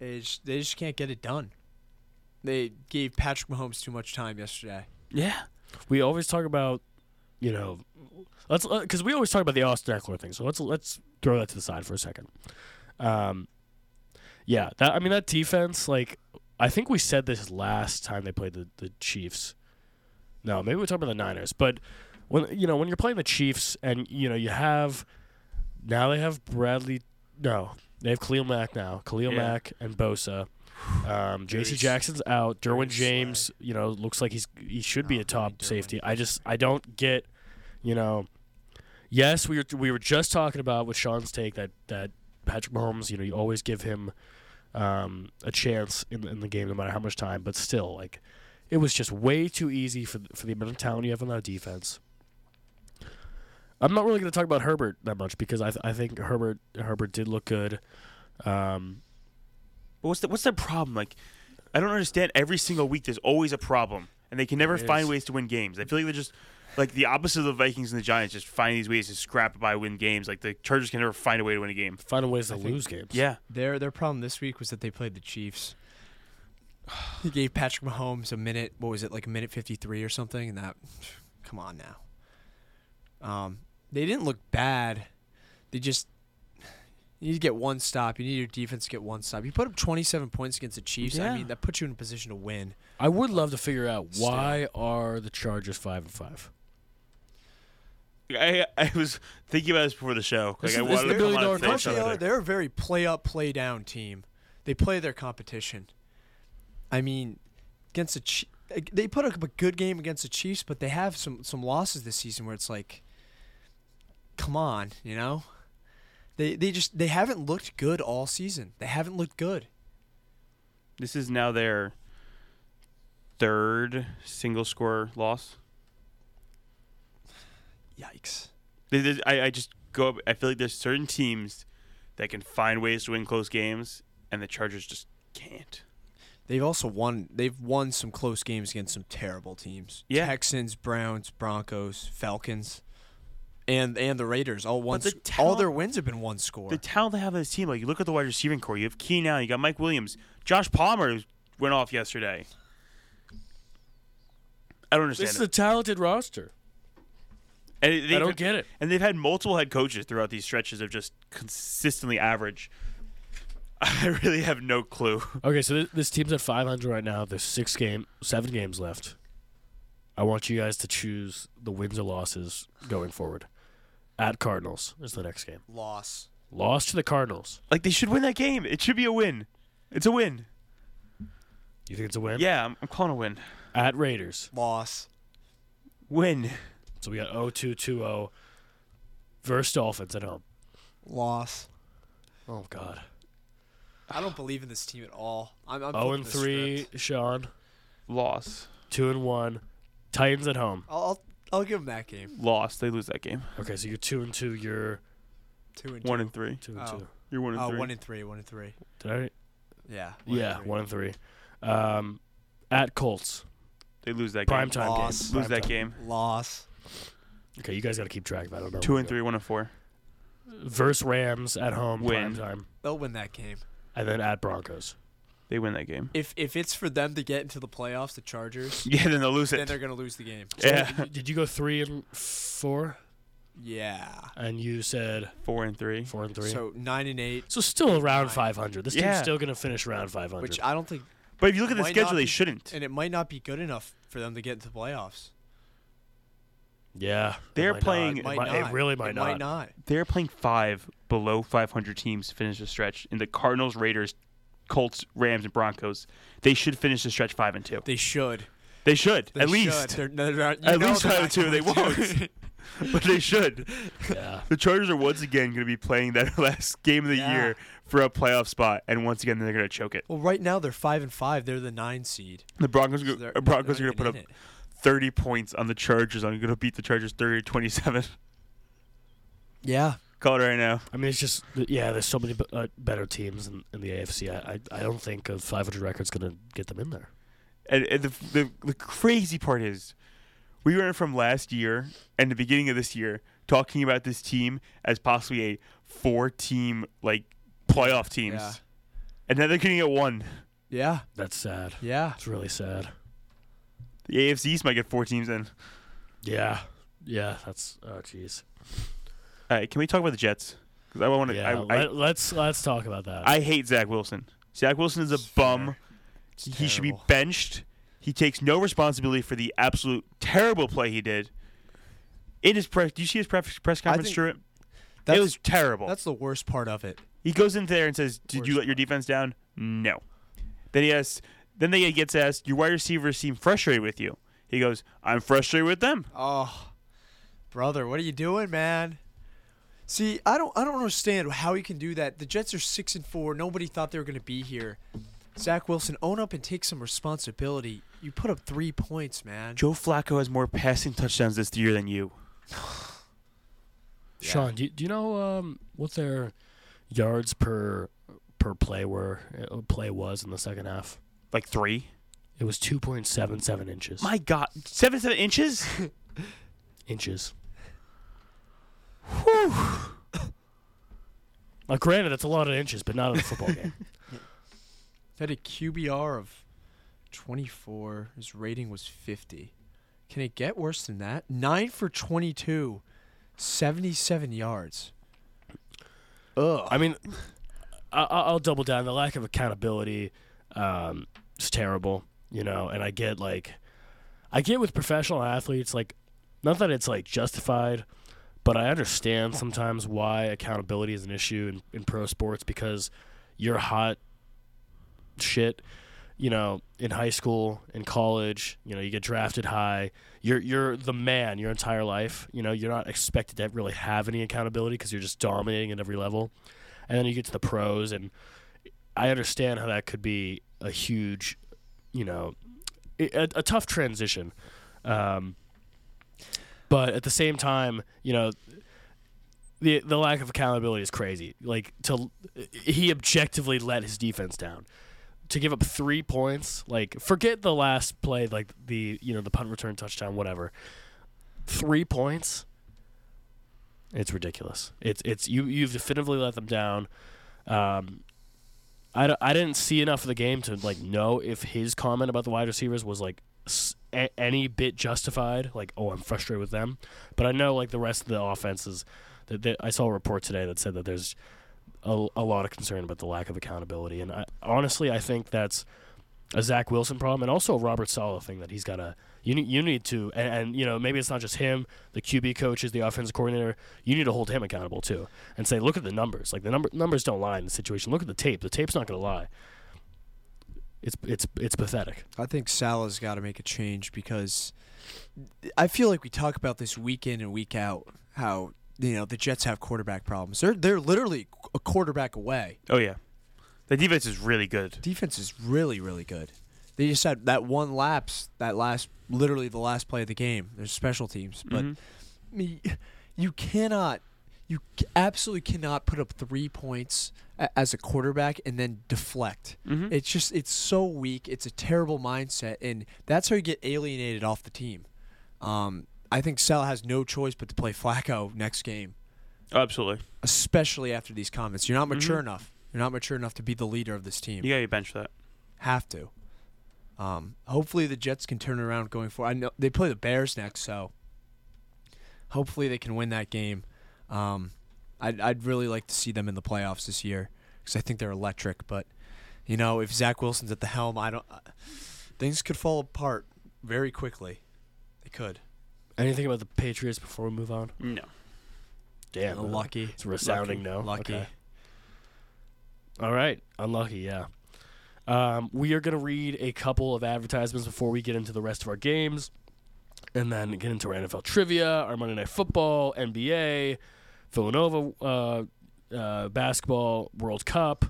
They just, they just can't get it done. They gave Patrick Mahomes too much time yesterday. Yeah, We always talk about, you know, let's because we always talk about the Austin Eckler thing. So let's let's throw that to the side for a second. Um, yeah, that I mean that defense. Like, I think we said this last time they played the the Chiefs. No, maybe we talked about the Niners, but when you know when you're playing the Chiefs and you know you have now they have Bradley. No, they have Khalil Mack now. Khalil Yeah. Mack and Bosa. Um, J.C. Dirty s- Jackson's out. Derwin dirty slide. James, you know, looks like he's he should be Oh, a top Derwin safety. I James. just I don't get, you know. Yes, we were we were just talking about with Sean's take that that Patrick Mahomes, you know, you always give him um, a chance in in the game no matter how much time, but still like it was just way too easy for for the amount of talent you have on that defense. I'm not really going to talk about Herbert that much because I th- I think Herbert Herbert did look good. Um, but what's the what's their problem? Like, I don't understand. Every single week, there's always a problem, and they can never There find is. ways to win games. I feel like they're just like the opposite of the Vikings and the Giants. Just find these ways to scrap by win games. Like the Chargers can never find a way to win a game. finding ways to I think- lose games. Yeah, Their their problem this week was that they played the Chiefs. He gave Patrick Mahomes a minute. What was it like a minute fifty three or something? And that, come on now. Um, they didn't look bad. They just you need to get one stop. You need your defense to get one stop. You put up twenty seven points against the Chiefs. Yeah. I mean that puts you in a position to win. I would love to figure out Still. why are the Chargers five and five. I I was thinking about this before the show. Like This I is- this is wanted the to Billy come on Dollar and say Coach They something. are, they're a very play up, play down team. They play their competition. I mean, against the Chi- they put up a good game against the Chiefs, but they have some some losses this season where it's like, come on, you know, they they just they haven't looked good all season. They haven't looked good. This is now their third single score loss. Yikes. They- they- I, I just go. Up, I feel like there's certain teams that can find ways to win close games, and the Chargers just can't. They've also won. They've won some close games against some terrible teams. Yeah. Texans, Browns, Broncos, Falcons, and and the Raiders. All one. the sc- all talent- their wins have been one score. The talent they have on this team, like you look at the wide receiving core, you have Keenan, you got Mike Williams, Josh Palmer went off yesterday. I don't understand. This is it. a talented roster. and they've, I don't get it. And they've had multiple head coaches throughout these stretches of just consistently average. I really have no clue. Okay, so th- this team's at 500 right now. There's six game, seven games left. I want you guys to choose the wins or losses going forward. At Cardinals is the next game. loss. Lost to the Cardinals. Like they should win that game. It should be a win. It's a win. You think it's a win? Yeah, I'm, I'm calling a win. At Raiders. Loss. Win. So we got 0-2-2-0 versus Dolphins at home. Loss. Oh God. I don't believe in this team at all. I'm, 0 and I'm flipping the 3, script. Sean. Loss. 2 and 1. Titans at home. I'll, I'll I'll give them that game. Loss. They lose that game. Okay, so you're 2 and 2, you're Two and two. One and three. 2 and Oh. 2. You're one and Uh, three. one and three. One and three. Did I Yeah. yeah, one and three. Um, at Colts, they lose that prime game. time Loss. game. Lose Primetime. that game. Loss. Okay, you guys got to keep track of that. I don't know Two where and three. One and four. we go. Versus Rams at home, prime Win. time, They'll win that game. and then at Broncos. They win that game. If if it's for them to get into the playoffs, the Chargers, Yeah, then they'll lose then it. they're gonna lose the game. So Yeah. did- Did you go three and four? Yeah. and you said Four and three. four and three. So, So nine and eight, still around 500. This team's Yeah. still gonna finish around 500. which I don't think, But if you look at the Might schedule, not they be- shouldn't. and it might not be good enough for them to get into the playoffs. yeah, it They're might not. playing- It, It Might might- it not. really might it not. Might not. They're playing five below 500 teams to finish the stretch in the Cardinals, Raiders, Colts, Rams, and Broncos. They should finish the stretch five and two. They should. They should They at should. least. They're, they're not, you At know least they're five and not two. They going to. won't. but they should. Yeah, The Chargers are once again going to be playing that last game of the Yeah. year for a playoff spot, and once again they're going to choke it. well, right now they're five and five. They're the nine seed. The Broncos, So go- they're- uh, Broncos are they're going not to put up even in 30 points on the Chargers. I'm going to beat the Chargers 30 to 27. it. Yeah. Call it right now. I mean it's just yeah. There's so many b- uh, better teams in, in the AFC. I, I I don't think a 500 record's gonna get them in there. And, and the, the the crazy part is, we went from last year and the beginning of this year talking about this team as possibly a four-team like playoff teams, Yeah. and now they're going to get one. Yeah. That's sad. Yeah. It's really sad. The AFC East might get four teams in. Yeah, yeah. That's oh jeez. All right, can we talk about the Jets? 'Cause I want to. Yeah, I, I, let, us let's talk about that. I hate Zach Wilson. Zach Wilson is a It's bum. fair. It's He should be terrible. benched. He takes no responsibility for the absolute terrible play he did. In his press, do you see his press, press I conference, think Stuart? It That's- was terrible. That's the worst part of it. He goes in there and says, "Did you Worst let your defense down?" No. Then he asks. Then they gets asked, "Your wide receivers seem frustrated with you." He goes, "I'm frustrated with them." Oh, brother, what are you doing, man? See, I don't, I don't understand how he can do that. The Jets are six and four. Nobody thought they were going to be here. Zach Wilson, own up and take some responsibility. You put up three points, man. Joe Flacco has more passing touchdowns this year than you. Sean, do you, do you know um, what their yards per per play were uh, play was in the second half? Like three. It was two point seven seven inches. My God, seven seven inches. inches. Now, granted, that's a lot of inches, but not in a football game. Had a QBR of 24. His rating was 50. Can it get worse than that? Nine for 22, 77 yards. Ugh. I mean, I, I- I'll double down. The lack of accountability um, is terrible, you know. And I get like, I get with professional athletes, like, not that it's like justified, but I understand sometimes why accountability is an issue in, in pro sports because you're hot shit. You know, in high school, in college, you know, you get drafted high. You're you're the man your entire life. You know, you're not expected to really have any accountability because you're just dominating at every level and then you get to the pros and i understand how that could be a huge you know i- a, a tough transition um, but at the same time you know the the lack of accountability is crazy like to he objectively let his defense down to give up three points like forget the last play like the you know the punt return touchdown whatever three points it's ridiculous. It's it's you you've definitively let them down. Um, I, d- I didn't see enough of the game to like know if his comment about the wide receivers was like s a any bit justified. Like oh I'm frustrated with them, but I know like the rest of the offenses that, that I saw a report today that said that there's a, a lot of concern about the lack of accountability. And I, honestly, I think that's a Zach Wilson problem and also a Robert Sala thing that he's got to. You need, you need to, and, and you know maybe it's not just him. The QB coach is the offensive coordinator. You need to hold him accountable too, and say, look at the numbers. Like the number numbers don't lie in the situation. Look at the tape. The tape's not going to lie. It's it's it's pathetic. I think Salah's got to make a change because I feel like we talk about this week in and week out how you know the Jets have quarterback problems. They're they're literally a quarterback away. Oh yeah, the defense is really good. Defense is really really good. They just had that one lapse, that last literally the last play of the game. There's special teams, but Mhm. I mean, you cannot, you c- absolutely cannot put up three points a- as a quarterback and then deflect. Mhm. It's just, it's so weak. It's a terrible mindset, and that's how you get alienated off the team. Um, I think Sal has no choice but to play Flacco next game, Absolutely. especially after these comments. You're not mature Mhm. enough. You're not mature enough to be the leader of this team. You gotta bench that. Have to. Um, hopefully the Jets can turn around going forward. I know they play the Bears next, so Hopefully, they can win that game. Um, I'd I'd really like to see them in the playoffs this year because I think they're electric. But you know, if Zach Wilson's at the helm, I don't. Uh, things could fall apart very quickly. They could. Anything about the Patriots before we move on? No. Damn. Uh, lucky. It's a resounding no. Lucky. Okay. All right. Unlucky, yeah. Um, we are going to read a couple of advertisements before we get into the rest of our games and then get into our NFL trivia, our Monday Night Football, NBA, Villanova uh, uh, basketball, World Cup.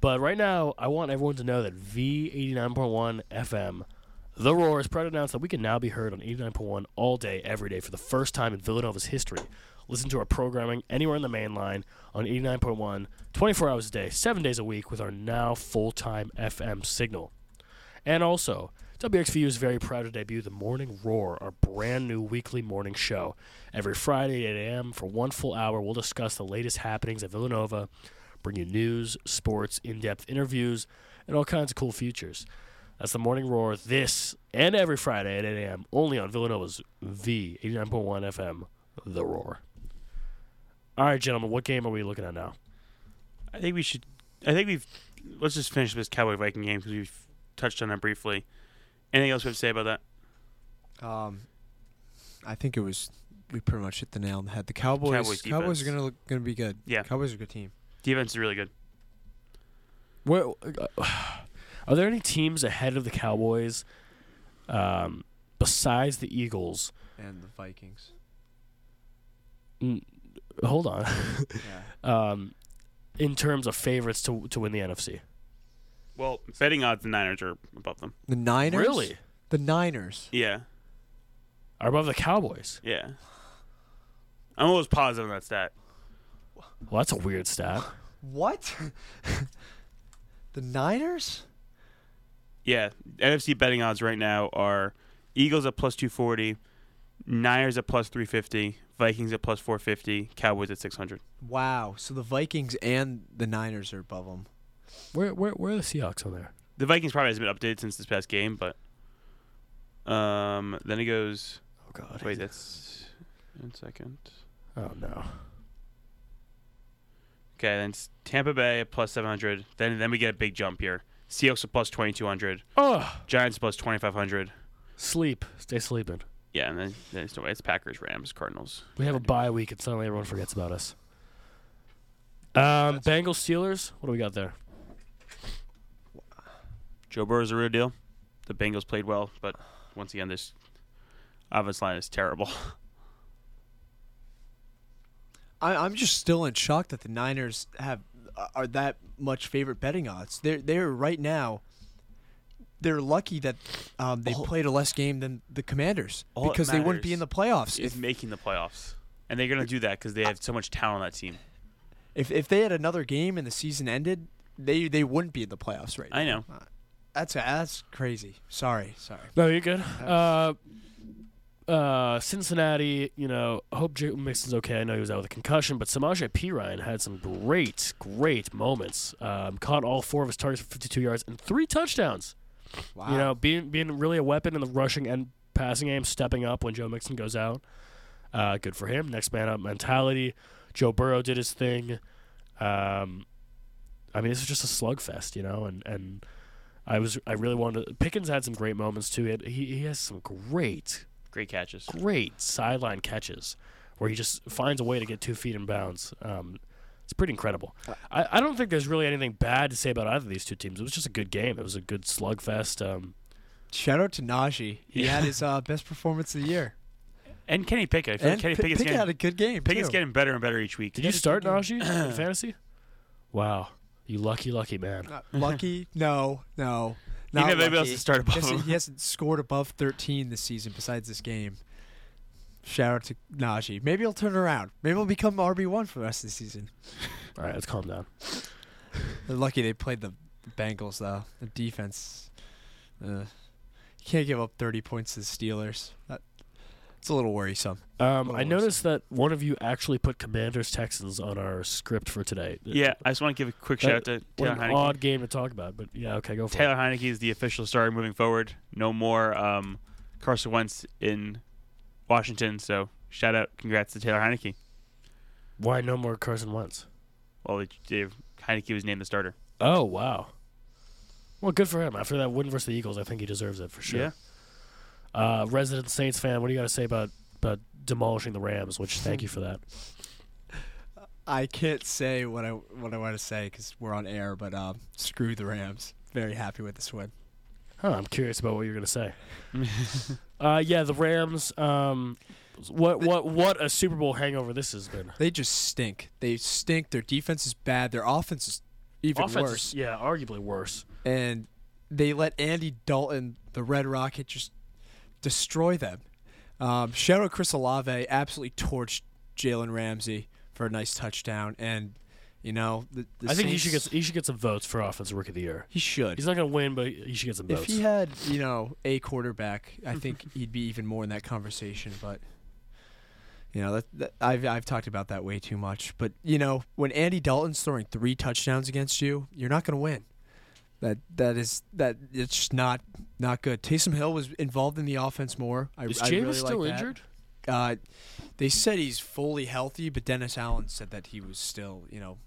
But right now, I want everyone to know that V89.1 FM, The Roar, is proud to announce that we can now be heard on 89.1 all day, every day for the first time in Villanova's history. Listen to our programming anywhere on the main line on 89.1, 24 hours a day, 7 days a week with our now full time FM signal. And also, WXVU is very proud to debut The Morning Roar, our brand new weekly morning show. Every Friday at 8 a.m. for one full hour, we'll discuss the latest happenings at Villanova, bring you news, sports, in depth interviews, and all kinds of cool features. That's The Morning Roar this and every Friday at 8 a.m. only on Villanova's V 89.1 FM, The Roar. All right, gentlemen, what game are we looking at now? I think we should. I think we've. Let's just finish this Cowboy Viking game because we've touched on that briefly. Anything else we have to say about that? Um, I think it was we pretty much hit the nail on the head. The Cowboys. Cowboys Cowboys, are defense. gonna look, gonna be good. Yeah. Cowboys are a good team. Defense is really good. Where uh, are there any teams ahead of the Cowboys um, besides the Eagles? And the Vikings. Hold on. Yeah. Um, in terms of favorites to to win the NFC, Well, betting odds the Niners are above them. The Niners. really The Niners. Yeah, are above the Cowboys. yeah. I'm always positive on that stat. Well, that's a weird stat. What? the Niners? Yeah, NFC betting odds right now are Eagles at plus 240, Niners at plus 350, Vikings at plus 450, Cowboys at 600. Wow. So the Vikings and the Niners are above them. Where where where are the Seahawks on there? The Vikings probably hasn't been updated since this past game, but um, then it goes. Oh God. Wait, that's one second. Oh no. Okay, then it's Tampa Bay at plus 700. Then then we get a big jump here. Seahawks at plus 2200, Oh, Giants plus 2500. sleep. Stay sleeping. Yeah, and then, then it's, no way. it's Packers, Rams, Cardinals. We have a bye week, and suddenly everyone forgets about us. Um, Bengals Steelers. What do we got there? Joe Burrow's a real deal. The Bengals played well, but once again, this offense line is terrible. I, I'm just still in shock that the Niners have uh, are that much favorite betting odds. They're they're right now. They're lucky that um, they All- played a less game than the Commanders all that because they wouldn't be matters in the playoffs. Is If, making the playoffs, and they're gonna do that because they have so much talent on that team. if if they had another game and the season ended, they they wouldn't be in the playoffs right now. I know. That's that's crazy. Sorry, sorry. No, you're good. Uh, uh, Cincinnati, you know, hope Jacob Mixon's okay. I know he was out with a concussion, but Samaje Perine had some great, great moments. Um, caught all four of his targets for 52 yards and three touchdowns. Wow. You know, being being really a weapon in the rushing and passing game, stepping up when Joe Mixon goes out. Uh, good for him. Next man up mentality. Joe Burrow did his thing. Um, I mean, this is just a slugfest, you know, and and I was I really wanted to, Pickens had some great moments too. He had- He he has some great Great catches. great sideline catches where he just finds a way to get two feet in bounds. Um, it's pretty incredible. I, I don't think there's really anything bad to say about either of these two teams. It was just a good game. It was a good slugfest. Um, Shout out to Najee. He Yeah. had his uh, best performance of the year. And Kenny Pickett. I feel like And Kenny Pick- Pickett's Pickett had getting, a good game. Pickett's too. getting better and better each week. Did you That's start good Najee in fantasy? Wow, you lucky, lucky man. Not Uh, lucky? no, no. He Not didn't have anybody else lucky. to start above Yes, him. He hasn't scored above 13 this season besides this game. Shout out to Najee. Maybe he'll turn around. Maybe he'll become RB1 for the rest of the season. All right, let's calm down. They're lucky they played the Bengals, though. The defense. Uh, you can't give up 30 points to the Steelers. That, it's a little worrisome. Um, I Always. noticed that one of you actually put Commanders Texans on our script for today. Yeah, I just want to give a quick shout out to What Taylor an Heineke. odd game to talk about, but yeah, okay, go for Taylor Heineke is the official starter moving forward. No more um, Carson Wentz in Washington, so Shout out, congrats to Taylor Heineke. Why no more Carson Wentz? Well, they, they, Heineke was named the starter. Oh wow. Well, good for him. After that win versus the Eagles, I think he deserves it for sure. Yeah. Uh, resident Saints fan, what do you got to say about about demolishing the Rams? Which thank you for that. I can't say what I what I want to say because we're on air, but um, screw the Rams. Very happy with this win. Huh, I'm curious about what you're gonna say. uh, yeah, the Rams. Um, what what what a Super Bowl hangover this has been. They just stink. They stink. Their defense is bad. Their offense is even Offense is- worse. Yeah, arguably worse. And they let Andy Dalton, the Red Rocket, just destroy them. Um, shout out Chris Olave absolutely torched Jalen Ramsey for a nice touchdown. And you know, the, the I think he should get Saints- he should get some votes for offensive rookie of the year. he should. He's not gonna win, but he should get some If votes. he had, you know, a quarterback, I think he'd be even more in that conversation. But you know, that, that I've I've talked about that way too much. But you know, when Andy Dalton's throwing three touchdowns against you, you're not going to win. That that is that it's just not not good. Taysom Hill was involved in the offense more. I, is Jameis I really like still that. injured? Uh, they said he's fully healthy, but Dennis Allen said that he was still, you know,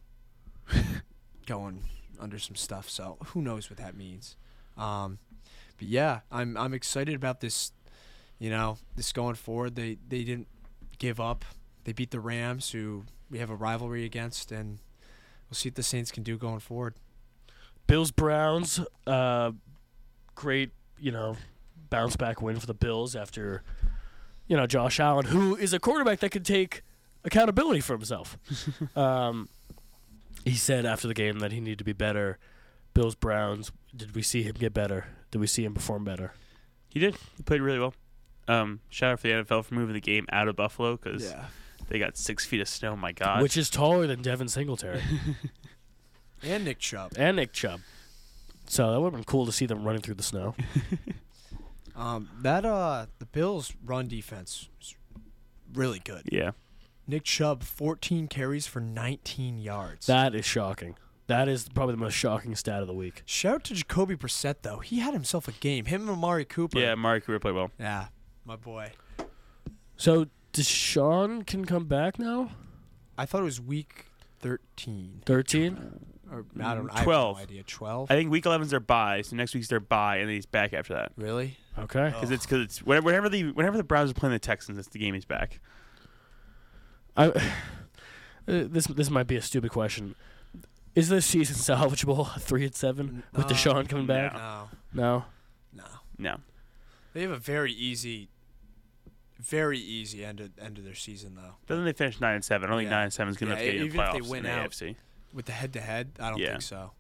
going under some stuff. So who knows what that means? Um, but yeah, I'm I'm excited about this. You know, this going forward. They they didn't give up. They beat the Rams, who we have a rivalry against, and we'll see what the Saints can do going forward. Bills Browns, uh, great you know bounce back win for the Bills after you know Josh Allen, who is a quarterback that can take accountability for himself. um, he said after the game that he needed to be better. Bills Browns, did we see him get better? Did we see him perform better? He did. He played really well. Um, shout out for the NFL for moving the game out of Buffalo because Yeah, they got six feet of snow. My God. Which is taller than Devin Singletary and Nick Chubb. and Nick Chubb. So that would have been cool to see them running through the snow. Um, that uh, the Bills' run defense is really good. yeah. Nick Chubb, 14 carries for 19 yards. That is shocking. That is probably the most shocking stat of the week. Shout out to Jacoby Brissett, though. He had himself a game. Him and Amari Cooper. Yeah, Mario Cooper played well. Yeah, my boy. So Deshaun can come back now. I thought it was week 13. Thirteen. Or, I don't know. Twelve. I have no idea. 12? I think week 11's their bye, so next week's their bye, and then he's back after that. really? Okay. Because it's because it's whenever, whenever the whenever the Browns are playing the Texans, it's the game he's back. I, uh, this this might be a stupid question. Is this season salvageable? Three and seven with Uh, Deshaun coming back? No. No. No. No, They have a very easy, very easy end of, end of their season, though. doesn't they finish nine and seven? I don't think Yeah. nine and seven is good enough Yeah, to get you in the even if playoffs they win in the out. AFC. With the head to head, I don't Yeah. think so.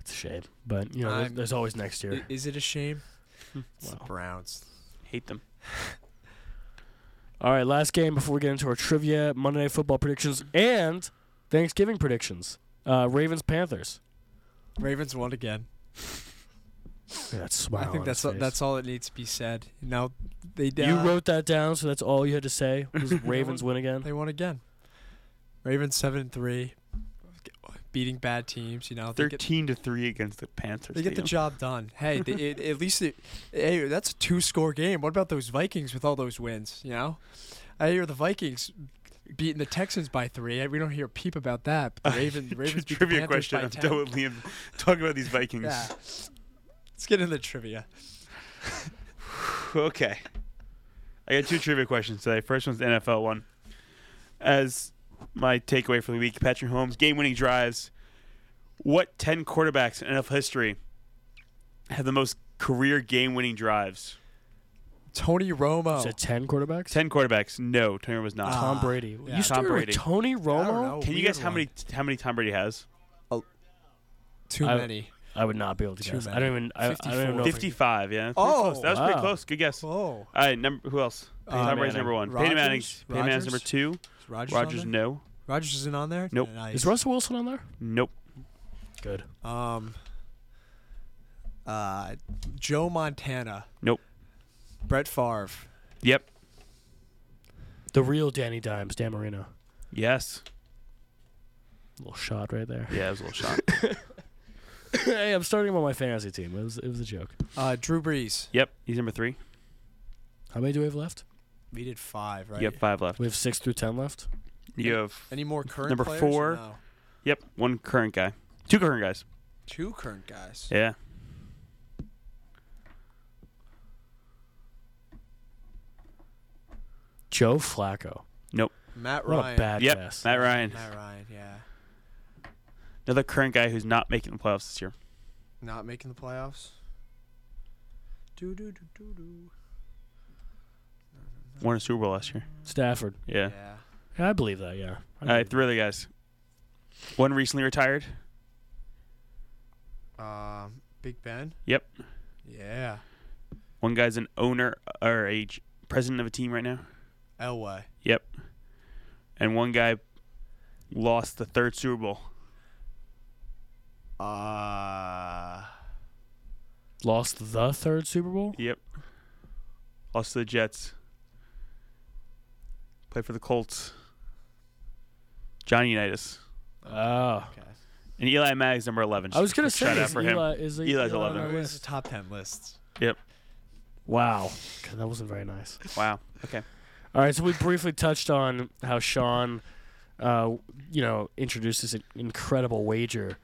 It's a shame, but you know, there's, I'm- there's always next I- year. Is it a shame? it's the Wow. Browns. Hate them. All right, last game before we get into our trivia, Monday Night Football predictions and Thanksgiving predictions. Uh, Ravens Panthers. Ravens won again. Yeah, that smile I on think that's his all, face. that's all that needs to be said. Now they You uh, wrote that down, so that's all you had to say. Was Ravens win again? They won again. Ravens seven and three, beating bad teams. You know they get, Thirteen to three against the Panthers. they get the Damn. job done. Hey, they, it, at least it, hey, that's a two score game. What about those Vikings with all those wins? You know, I hear the Vikings beating the Texans by three. We don't hear a peep about that. But the Raven, Ravens beat the trivia Panthers question. by I'm 10. done with Liam talking about these Vikings. Yeah. Let's get into the trivia. Okay. I got two trivia questions today. First one's the NFL one. As my takeaway for the week, Patrick Holmes game winning drives. What 10 quarterbacks in NFL history have the most career game winning drives? Tony Romo. Is it ten quarterbacks? 10 quarterbacks. No, Turner was not. Uh, Tom Brady. yeah. You Tom started with Brady. Tony I don't Romo. know, Can you Uh, weird guess how one. many how many Tom Brady has? Too I- many. I would not be able to Too guess. I many. don't even. I, I don't even know. if I- 55, yeah. That's pretty Oh, close. That was pretty wow. close. Good guess. All Oh, right, number who else? Uh, Tom Brady's Manning. number 1. Peyton Rodgers? Manning's Peyton Manning's Rodgers? number 2. is Rogers. Rogers on there? no. Rogers isn't on there. Nope. Nice. is Russell Wilson on there? Nope. Good. Um, uh, Joe Montana. Nope. Brett Favre. Yep. The real Danny Dimes, Dan Marino. Yes. Little shot right there. Yeah, it was a little shot. hey, I'm starting him on my fantasy team. It was it was a joke. Uh, Drew Brees. Yep, he's number three. How many do we have left? We did five, right? You have five left. We have six through ten left. You have Any more current Number players or four. no? yep one current guy, two current guys. Two current guys. Yeah. Joe Flacco. Matt What Ryan. a bad Yep. guess. Matt Ryan, Matt Ryan, yeah. another current guy who's not making the playoffs this year. Not making the playoffs. Do do do do do. Won a Super Bowl last year. Stafford. Yeah. Yeah, I believe that. Yeah. I All right, believe three other guys. One recently retired. yeah. Um, Big Ben. Yep. Yeah. One guy's an owner or a j- president of a team right now. Elway. Yep. And one guy lost the third Super Bowl. Uh that. lost the third Super Bowl. Yep. Lost to the Jets. Played for the Colts. Johnny Unitas. Oh, okay. And Eli Magg's number 11. I was gonna Shout say out is for him. Eli, is Eli's Eli on 11. our Who is list? the top ten list? Wow, God, that wasn't very nice. Wow. Okay. All right, so we briefly touched on how Sean, uh, you know, introduced this incredible wager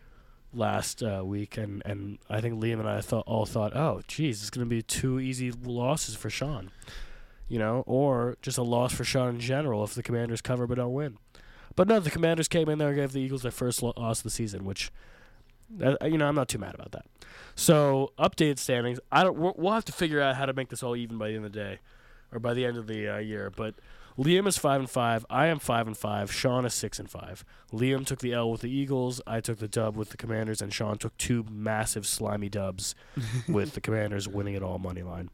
last uh, week, and, and I think Liam and I thought all thought, oh, geez, it's going to be two easy losses for Sean, you know, or just a loss for Sean in general if the Commanders cover but don't win. But no, the Commanders came in there and gave the Eagles their first lo- loss of the season, which, uh, you know, I'm not too mad about that. So updated standings. I don't. We'll we'll have to figure out how to make this all even by the end of the day or by the end of the uh, year. But Liam is five and five. I am five and five. Sean is six and five. Liam took the L with the Eagles. I took the dub with the Commanders, and Sean took two massive slimy dubs with the Commanders winning it all money line.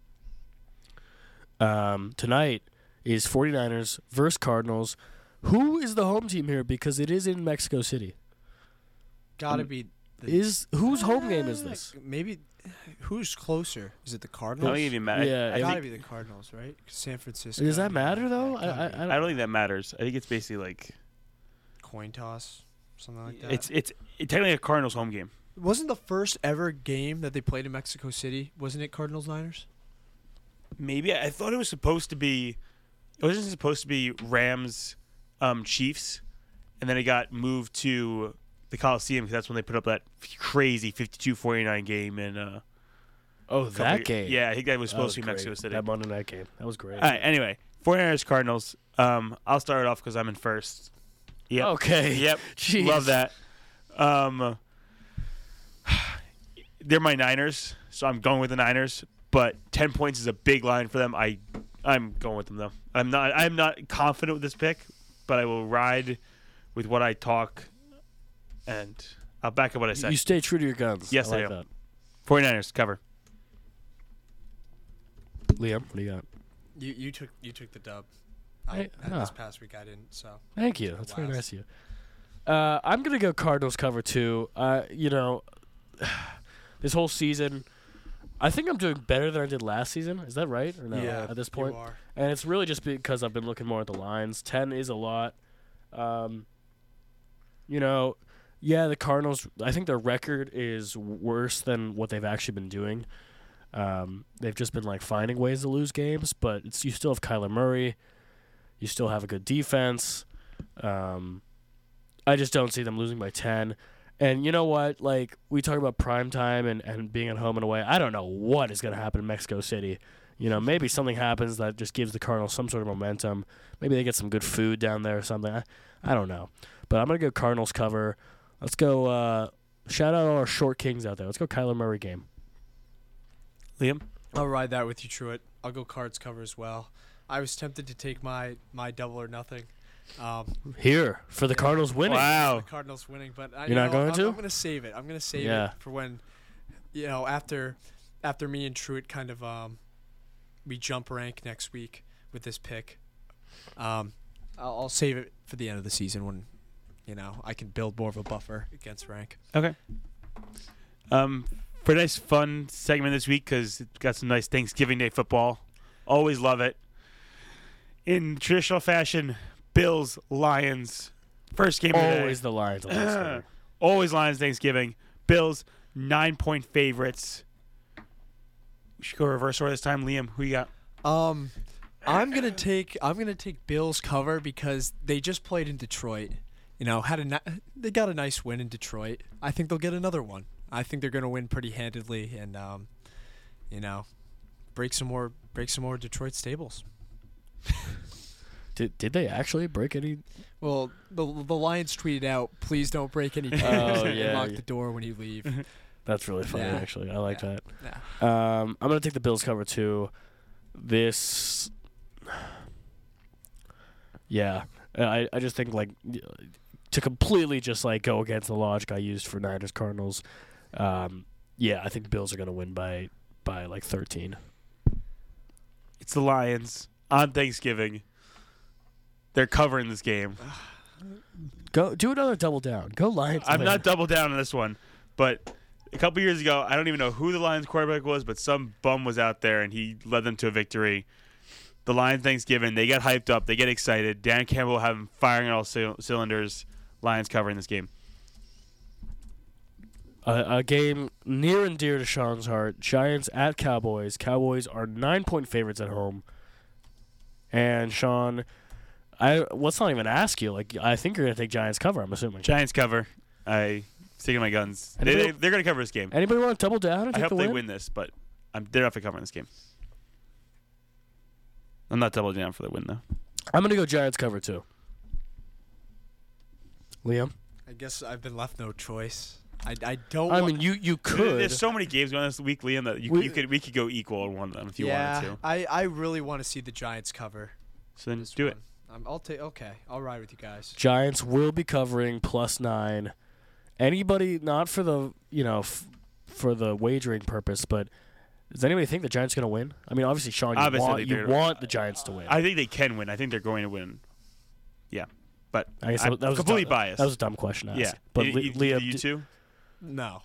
Um, tonight is 49ers versus Cardinals. Who is the home team here? Because it is in Mexico City. Gotta be the Um, Is whose Ah, home game is this? Maybe who's closer? Is it I the don't Cardinals? think it even matters. Yeah, I, gotta think, be the Cardinals, right? San Francisco. Does that matter though? I, Yeah, I, I, gotta don't, I don't think that matters. I think it's basically like be. coin toss, something like that. it's it's it technically a Cardinals home game. wasn't the first ever game that they played in Mexico City? Wasn't it Cardinals Niners? Maybe I thought it was supposed to be. It wasn't supposed to be Rams, um, Chiefs, and then it got moved to the Coliseum because that's when they put up that f- crazy 52-49 game in. Uh, oh, couple that year- game. Yeah, I think that was That supposed was to be great. Mexico City. That Monday night game. That was great. All right. Anyway, 49ers Cardinals. Um, I'll start it off because I'm in first. Yep. Okay. Yep. Jeez. Love that. Um, they're my Niners, so I'm going with the Niners. But ten points is a big line for them. I, I'm going with them though. I'm not. I'm not confident with this pick, but I will ride with what I talk, and I'll back up what I You- said. You stay true to your guns. Yes, I, I like do. 49ers cover. that. Liam, what do you got? You you took you took the dub. I- Hey, uh, this past week I didn't. So Thank you. That's very Wow. nice of you. Uh, I'm gonna go Cardinals cover two. Uh, you know, this whole season, I think I'm doing better than I did last season. Is that right or no? yeah, At this point, and it's really just because I've been looking more at the lines. Ten is a lot. Um, you know, yeah, the Cardinals. I think their record is worse than what they've actually been doing. Um, they've just been like finding ways to lose games, but it's you still have Kyler Murray. You still have a good defense. Um, I just don't see them losing by ten. And you know what? Like we talk about prime time and, and being at home and away. I don't know what is going to happen in Mexico City. You know, maybe something happens that just gives the Cardinals some sort of momentum. Maybe they get some good food down there or something. I, I don't know. But I'm going to go Cardinals cover. Let's go. Uh, shout out all our short kings out there. Let's go Kyler Murray game. Liam. I'll ride that with you, Truitt. I'll go cards cover as well. I was tempted to take my my double or nothing. Um, Here for the Cardinals winning. Wow. the Cardinals winning, but I, You're not no, going I'm, to? I'm going to save it. I'm going to save Yeah. it for when, you know, after, after me and Truitt kind of um, we jump rank next week with this pick. Um, I'll, I'll save it for the end of the season when, you know, I can build more of a buffer against rank. Okay. Um, for a nice fun segment this week because it's got some nice Thanksgiving Day football. Always love it. In traditional fashion, Bills Lions first game Always of the Lions. on the day. Thanksgiving. Always Lions Thanksgiving. Bills nine point favorites. We should go reverse order this time. Liam, who you got? Um, I'm gonna take I'm gonna take Bills cover because they just played in Detroit. You know, had a ni- they got a nice win in Detroit. I think they'll get another one. I think they're gonna win pretty handedly, and um, you know, break some more break some more Detroit stables. Did, did they actually break any? Well, the the Lions tweeted out, "Please don't break any tables Oh, and yeah, lock yeah. the door when you leave." That's really funny, Yeah. actually. I like Yeah. that. Nah. Um, I'm gonna take the Bills cover too. This, yeah, I I just think like to completely just like go against the logic I used for Niners Cardinals. Um, yeah, I think the Bills are gonna win by by like 13. It's the Lions on Thanksgiving. They're covering this game. Go do another double down. Go Lions. I'm win. not double down on this one, but a couple years ago, I don't even know who the Lions quarterback was, but some bum was out there and he led them to a victory. The Lions Thanksgiving, they get hyped up, they get excited. Dan Campbell have them firing at all c- cylinders. Lions covering this game. a, a game near and dear to Sean's heart. Giants at Cowboys. Cowboys are nine point favorites at home. And Sean, I let's not even ask you. Like I think you're gonna take Giants cover. I'm assuming. Giants cover. I sticking to my guns. And They, Bill- they, they're going to cover this game. Anybody want to double down and I take hope the they win? win this, but I'm, they're definitely covering this game. I'm not doubling down for the win though. I'm gonna go Giants cover too. Liam, I guess I've been left no choice. I, I don't. I wa- mean you you There- could. There's so many games going on this week, Liam, that you, We- you could we could go equal on one of them if you yeah, wanted to. I, I really want to see the Giants cover. So then this do it. one. I'm, I'll take. Okay, I'll ride with you guys. Giants will be covering plus nine. Anybody not for the you know f- for the wagering purpose, but does anybody think the Giants are gonna win? I mean, obviously, Sean, you Obviously want they're you gonna- want the Giants to win. I think they can win. I think they're going to win. Yeah, but I guess I'm that, that was a completely dumb- biased. That was a dumb question to ask. yeah, but you, Li- you, Liam, you d- too. No,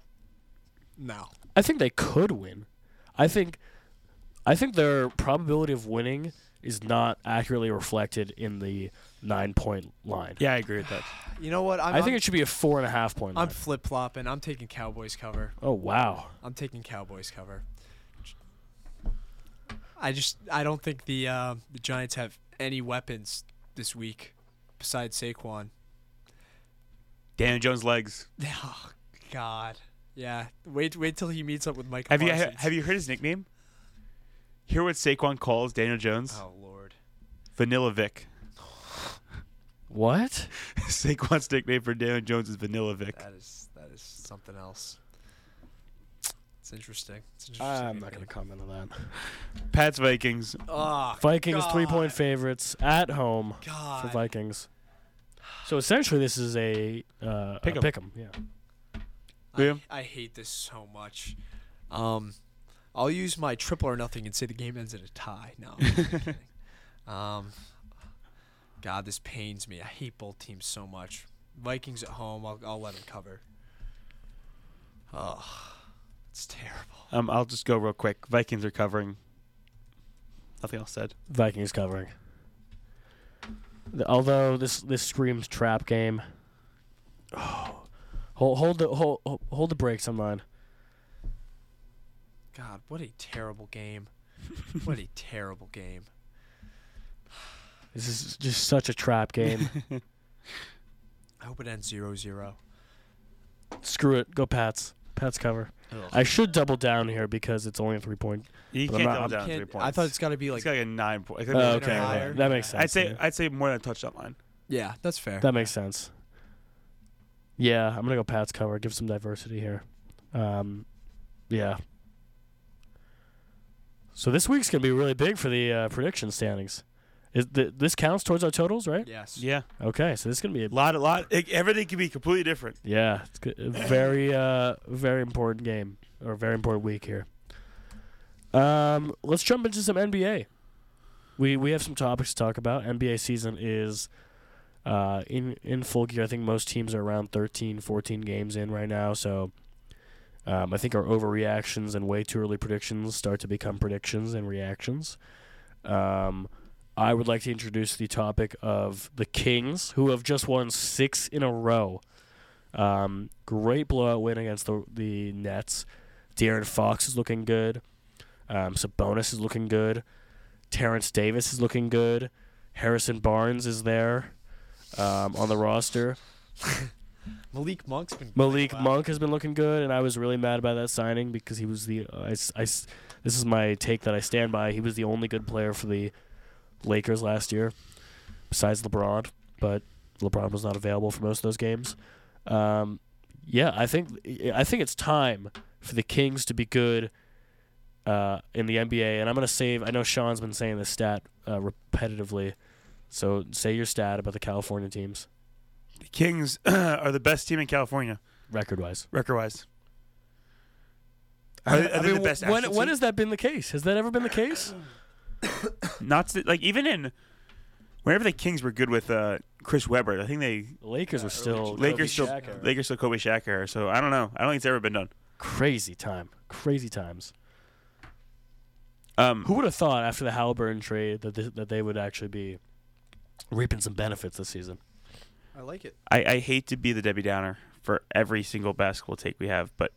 no. I think they could win. I think, I think their probability of winning is not accurately reflected in the nine point line. Yeah, I agree with that. You know what? I'm, I think I'm, it should be a four and a half point line. I'm flip flopping. I'm taking Cowboys cover. oh wow, I'm taking Cowboys cover. I just I don't think the uh, the Giants have any weapons this week besides Saquon. Daniel Jones legs. Oh God. Yeah. Wait wait till he meets up with Mike. Have you have you heard his nickname? Hear what Saquon calls Daniel Jones? Oh Lord. Vanilla Vic. what? Saquon's nickname for Daniel Jones is Vanilla Vic. That is that is something else. It's interesting. It's interesting I'm not gonna comment on that. Pat's Vikings. Oh, Vikings God. three point favorites at home for God. Vikings. So essentially, this is a uh, Pick 'em. pick 'em. Yeah. Yeah. I, I hate this so much. Um, I'll use my triple or nothing and say the game ends in a tie. No. I'm kidding. um, God, this pains me. I hate both teams so much. Vikings at home, I'll, I'll let them cover. Oh, it's terrible. Um, I'll just go real quick. Vikings are covering. Nothing else said. Vikings covering. Th- Although this this screams trap game. Oh, hold hold the hold hold the brakes on mine. God, what a terrible game. what a terrible game. This is just such a trap game. I hope it ends 0 0. Screw it. Go Pats. Pats cover. I should double down here because it's only a three point. You But can't I'm double not- down three points. I thought it's got to be like. it's got like a nine point. it's gotta Oh, be Uh, like okay, nine okay. or higher. that makes sense. I'd say yeah. I'd say more than a touchdown line. yeah, that's fair. that makes sense. Yeah, I'm gonna go Pats cover. Give some diversity here. Um, yeah. So this week's gonna be really big for the uh, prediction standings. Is th- this counts towards our totals, right? yes. Yeah, Okay, so this is gonna be a a lot, a lot. it- everything can be completely different. yeah, it's g- a very uh very important game or very important week here. Um, let's jump into some NBA. We we have some topics to talk about. NBA season is uh in in full gear. I think most teams are around 13, 14 games in right now, so um, I think our overreactions and way too early predictions start to become predictions and reactions. Um, I would like to introduce the topic of the Kings, who have just won six in a row. Um, great blowout win against the the Nets. De'Aaron Fox is looking good. Um, Sabonis is looking good. Terrence Davis is looking good. Harrison Barnes is there um, on the roster. Malik Monk's been playing Malik well. Monk has been looking good, and I was really mad about that signing because he was the. Uh, I s- I s- this is my take that I stand by. He was the only good player for the Lakers last year, besides LeBron. But LeBron was not available for most of those games. Um, yeah, I think I think it's time for the Kings to be good uh, in the NBA. And I'm gonna save. I know Sean's been saying this stat uh, repetitively, so say your stat about the California teams The Kings are the best team in California, record-wise. record wise. Are, they- are they the wh- best when, actual when team? has that been the case? Has that ever been the case? not to, like even in whenever the Kings were good with uh, Chris Webber, I think they The Lakers Yeah, are still early Lakers still Kobe, Shaq era. Lakers still Kobe Shaq era. So I don't know. I don't think it's ever been done. crazy time, crazy times. Um, Who would have thought after the Halliburton trade that th- that they would actually be reaping some benefits this season? I like it. I, I hate to be the Debbie Downer for every single basketball take we have, but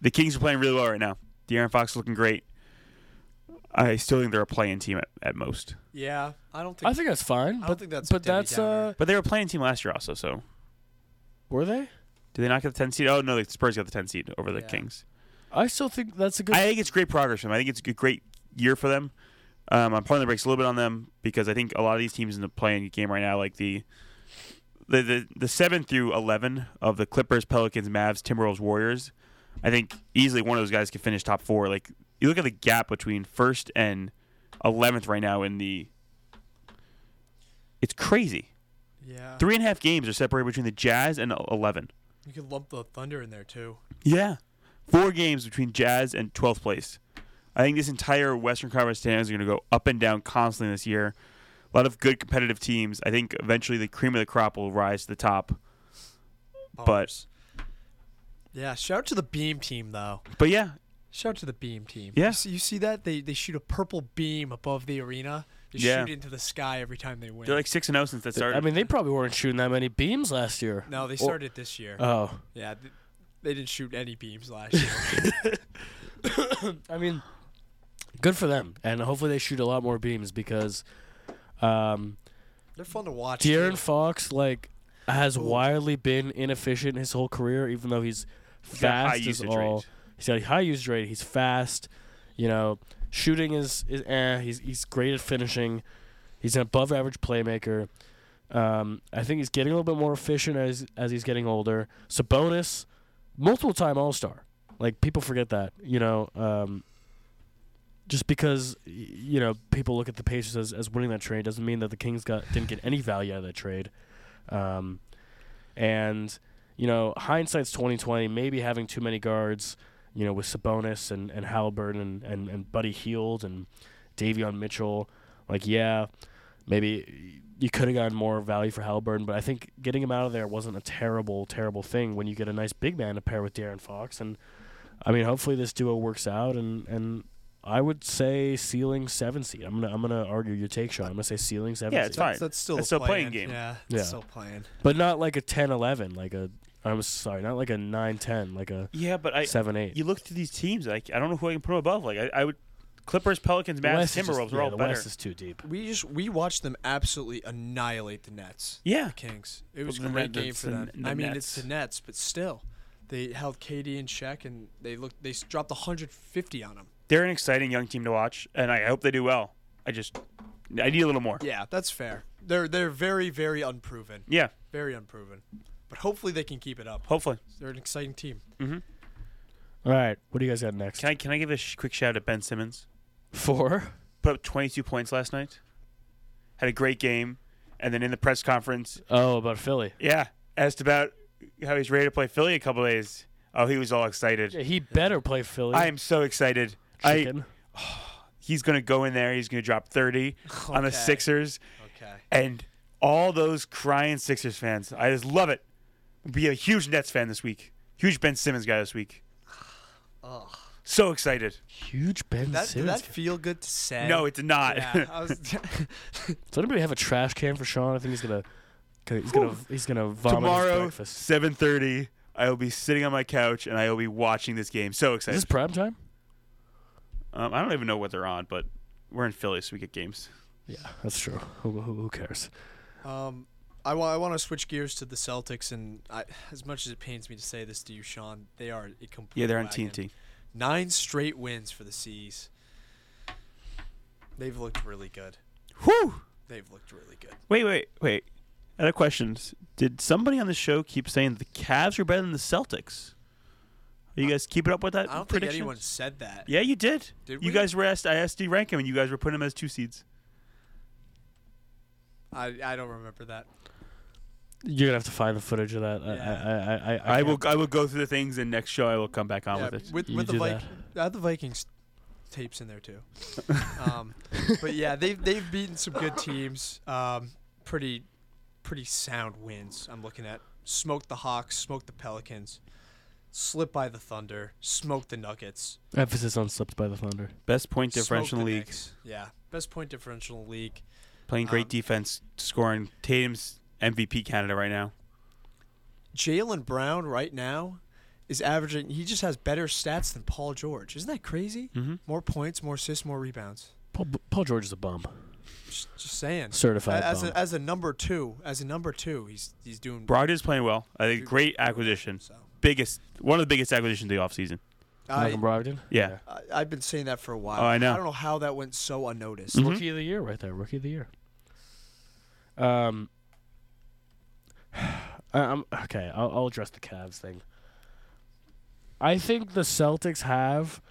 the Kings are playing really well right now. De'Aaron Fox is looking great. I still think they're a playing team at, at most. Yeah, I don't think. I think that's fine, I don't but think that's but Debbie that's uh, Downer. But they were a playing team last year also, so were they? did they not get the 10 seed? Oh, no, the Spurs got the 10 seed over the Yeah. Kings. I still think that's a good. I think it's great progress for them. I think it's a great year for them. Um, I'm pulling the brakes a little bit on them because I think a lot of these teams in the playing game right now, like the the the, the seven through eleven of the Clippers, Pelicans, Mavs, Timberwolves, Warriors, I think easily one of those guys could finish top four. Like you look at the gap between first and eleventh right now in the it's crazy. Yeah, Three and a half games are separated between the Jazz and eleven. you could lump the Thunder in there too. Yeah. Four games between Jazz and 12th place. I think this entire Western Conference standings are going to go up and down constantly this year. A lot of good competitive teams. I think eventually the cream of the crop will rise to the top. Bars. yeah, shout out to the beam team though. But yeah, Shout out to the beam team. Yeah. You see, you see that they they shoot a purple beam above the arena. They Yeah. shoot into the sky every time they win. they're like 6 and 0 since that started. I mean, they probably weren't shooting that many beams last year. no, they Or- started this year. uh, Oh, yeah, th- they didn't shoot any beams last year. I mean, good for them, and hopefully they shoot a lot more beams because um, they're fun to watch. De'Aaron too. Fox like has Ooh. wildly been inefficient his whole career, even though he's He's got high fast as usage all. rate. He's got a high usage rate. He's fast. You know, shooting is is eh. He's he's great at finishing. He's an above average playmaker. Um, I think he's getting a little bit more efficient as as he's getting older. Sabonis, multiple time All Star. Like people forget that. You know, um, just because y- you know people look at the Pacers as, as winning that trade doesn't mean that the Kings got didn't get any value out of that trade. Um, and you know, hindsight's twenty twenty. Maybe having too many guards, you know, with Sabonis and and Halliburton and and, and Buddy Heald and Davion Mitchell, like yeah, maybe you could have gotten more value for Halliburton, but I think getting him out of there wasn't a terrible terrible thing when you get a nice big man to pair with Darren Fox. And I mean, hopefully this duo works out and and. I would say ceiling seven seed. I'm gonna I'm gonna argue your take, Sean. I'm gonna say ceiling seven. Yeah, seed. it's That's, fine. that's still That's a still a playing plan. game. Yeah, Yeah. It's still playing. But not like a 10 11, like a, I'm sorry, not like a 9 10, like a yeah, but I 7 8. you look through these teams, like I don't know who I can put above. Like I, I would Clippers, Pelicans, The Mavs, West is just- Timberwolves are yeah, all the better. West is too deep. We just we watched them absolutely annihilate the Nets. yeah. the Kings. It was a the great Nets- game it's for the them. N- the I mean, Nets. it's the Nets, but still, they held KD in check and they looked. They s- dropped 150 on them. They're an exciting young team to watch and I hope they do well. I just I need a little more. Yeah, that's fair. They're they're very very unproven, yeah very unproven, but hopefully they can keep it up. hopefully. They're an exciting team. All right, what do you guys got next? Can I can I give a sh- quick shout out to Ben Simmons? Four. put up 22 points last night. Had a great game, and then in the press conference, Oh, about Philly. yeah, asked about how he's ready to play Philly a couple days. Oh, he was all excited. He better play Philly. I am so excited. I Chicken. he's gonna go in there. He's gonna drop 30 on the Okay. Sixers, Okay. and all those crying Sixers fans. I just love it. Be a huge Nets fan this week. Huge Ben Simmons guy this week. Ugh. So excited. Huge Ben That did Simmons. that feel good to say? No, it did not. Yeah, I was, Does anybody have a trash can for Sean? I think he's gonna, gonna- he's gonna, he's gonna vomit his Tomorrow, breakfast. 7:30. I will be sitting on my couch and I will be watching this game. So Is excited! this prime time? Um, I don't even know what they're on, but we're in Philly, so we get games. Yeah, that's true. Who, who, who cares? Um, I, wa- I want to switch gears to the Celtics, and I, as much as it pains me to say this to you, Sean, they are a complete. Yeah, they're on wagon. TNT. Nine straight wins for the Seas. They've looked really good. Whew. They've looked really good. Wait, wait, wait. I have questions. Did somebody on the show keep saying the Cavs are better than the Celtics? Are you guys keeping up with that I don't think prediction? anyone said that. Uh, Yeah, you did. Did you we? guys were asked. I asked D rank him, and you guys were putting him as two seeds. I, I don't remember that. You're gonna have to find the footage of that. I- Yeah. I, I, I, I, I, will. can't- I will go through the things, and next show I will come back on yeah, with it. with, You with the do Vikings, I had the Vikings tapes in there too. um, but yeah, they've they've beaten some good teams. Um, pretty pretty sound wins. I'm looking at smoked the Hawks, smoked the Pelicans, slipped by the Thunder, smoked the Nuggets, Emphasis on slipped by the thunder. Best point smoked the differential in the league. Knicks. Yeah, best point differential in the league. Playing great Um, defense, scoring Tatum's MVP candidate right now. Jalen Brown right now is averaging. He just has better stats than Paul George. Isn't that crazy? Mm-hmm. More points, more assists, more rebounds. Paul, Paul George is a bum. Just, just saying. Certified as bum. a, as a number two, as a number two, he's he's doing Brogdon's playing well. I think great acquisition. So Biggest, one of the biggest acquisitions of the offseason. I, Malcolm Brogdon. Yeah. I I've been saying that for a while. Oh, I know. I don't know how that went so unnoticed. Mhm. Rookie of the year, right there. Rookie of the year. Um, I- I'm okay. I'll, I'll address the Cavs thing. I think the Celtics have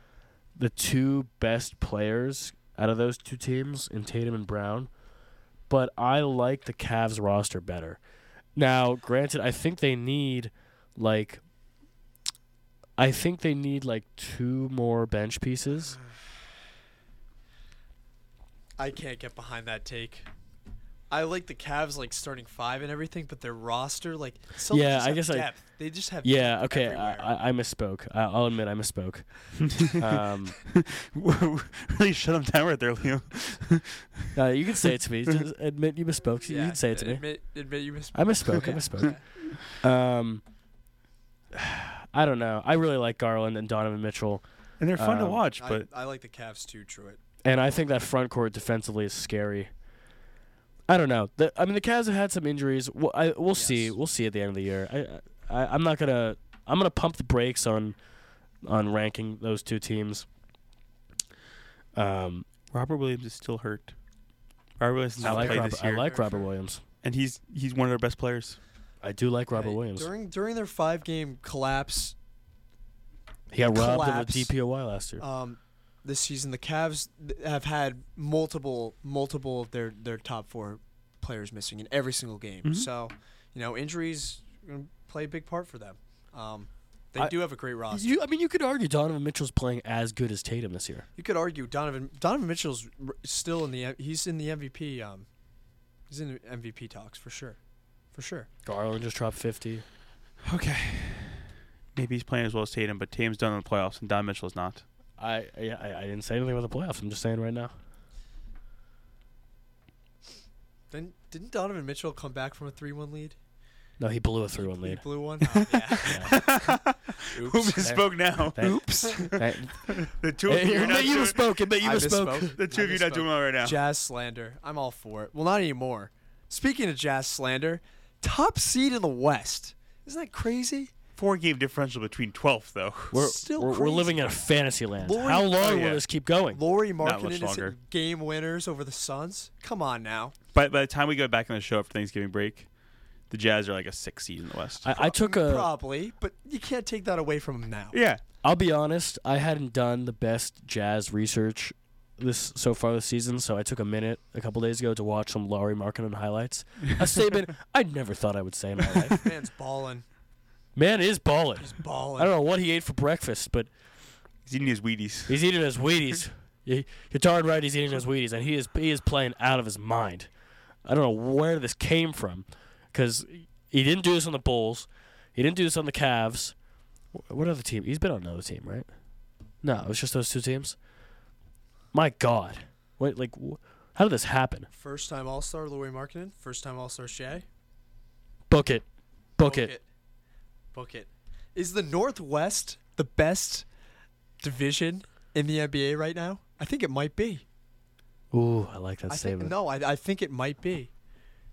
the two best players out of those two teams in Tatum and Brown, but I like the Cavs roster better. Now, granted, I think they need like I think they need like two more bench pieces. I can't get behind that take. I like the Cavs like starting five and everything, but their roster like Celtics Yeah, just I have guess I- depth. they just have Yeah. depth Okay. I, everywhere. I, I misspoke. I, I'll admit I misspoke. um, really shut him down right there, Liam. uh, you can say it to me. Just admit you misspoke. You Yeah, can say it to me. Admit, admit you missed. I misspoke. I misspoke. Um, I don't know. I really like Garland and Donovan Mitchell, And they're fun to Um, watch, I, but I like the Cavs too, Truitt. and I think that front court defensively is scary. I don't know. The, I mean, the Cavs have had some injuries. We'll, I, we'll see. Yes. We'll see at the end of the year. I, I, I'm not gonna. I'm gonna pump the brakes on, on ranking those two teams. Um, Robert Williams is still hurt. Robert Williams has I not like played Robert, this I year, like Robert Williams. and he's he's one of their best players. I do like Robert Hey, Williams. during during their five game collapse He got robbed collapse. of a DPOY last year. um, this season. The Cavs th- have had multiple, multiple of their, their top four players missing in every single game. Mm-hmm. Mhm. So, you know, injuries mm, play a big part for them. Um, they I- do have a great roster. You, You, I mean, you could argue Donovan Mitchell's playing as good as Tatum this year. could argue Donovan Donovan Mitchell's r- still in the M- he's in the MVP. Um, he's in the MVP talks for sure, for sure. Garland just dropped 50. Okay. Maybe he's playing as well as Tatum, but Tatum's done in the playoffs, and Don Mitchell is not. I, yeah, I I didn't say anything about the playoffs. I'm just saying right now. Then didn't Donovan Mitchell come back from a three one lead? No, he blew a He- 3-1 He lead. blew one. Oh, yeah. Yeah. Oops. Who misspoke now? That- that- The two of you are I not bet you doing, misspoke. I bet you I misspoke. misspoke. the two I of you not misspoke. doing well right now. Jazz slander. I'm all for it. Well, not anymore. Speaking of jazz slander, top seed in the West. Isn't that crazy? Four game differential between 12th, though. We're, Still we're, we're crazy. living in a fantasy land. Lori- How long Oh, yeah. will this keep going? Lori Not much Markkinen is longer. hitting game winners over the Suns. Come on now. By, by the time we go back on the show after Thanksgiving break, the Jazz are like a six seed in the West. I, I took a. Probably, but you can't take that away from him now. yeah. I'll be honest, I hadn't done the best jazz research this so far this season, so I took a minute a couple days ago to watch some Laurie Markkinen highlights. A statement I never thought I would say in my life. Man's balling. Man is balling. He's I don't balling. know what he ate for breakfast, but He's eating his Wheaties. he's eating his Wheaties. Y- You're darn right he's eating his Wheaties, and he is he is playing out of his mind. I don't know where this came from, because he didn't do this on the Bulls, he didn't do this on the Cavs. Wh- What other team? He's been on another team, right? No, it was just those two teams. My God, wait, like, wh- how did this happen? First time All Star Lori Markkinen. First time All Star Shea. Book it, book, it. Book it. Is the Northwest the best division in the NBA right now? I think it might be. Ooh, I like that I think, statement. no, I, I think it might be.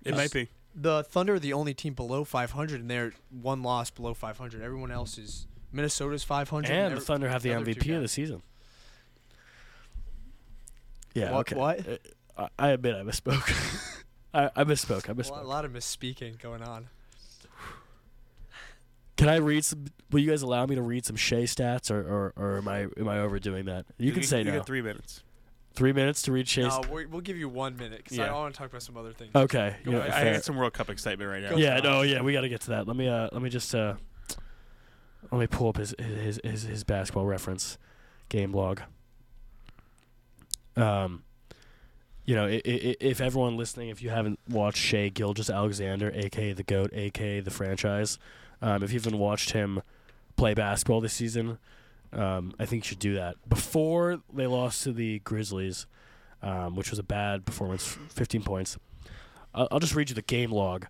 It might be. The Thunder are the only team below 500, and they're one loss below 500. Everyone else is Minnesota's 500. and the every- Thunder have the other two MVP of the guys. season. Yeah. What- okay. what? Uh, I, I admit I misspoke. I, I misspoke. I A lot, a misspoke. lot of misspeaking going on. Can I read some? Will you guys allow me to read some Shea stats, or, or, or am I am I overdoing that? You can say you now. got three minutes. Three minutes to read Shea's. No, we Uh, we'll give you one minute because Yeah. I want to talk about some other things. okay. Go- yeah, I, I fair. got some World Cup excitement right now. Go yeah. fast. No. Yeah. We got to get to that. Let me. Uh. Let me just. Uh. Let me pull up his his his, his basketball reference game log. Um. You know, i- i- i- if everyone listening, if you haven't watched Shea Gilgis Alexander, aka the Goat, aka the franchise, um, if you haven't watched him play basketball this season, um, I think you should do that. Before they lost to the Grizzlies, um, which was a bad performance, 15 points, I'll, I'll just read you the game log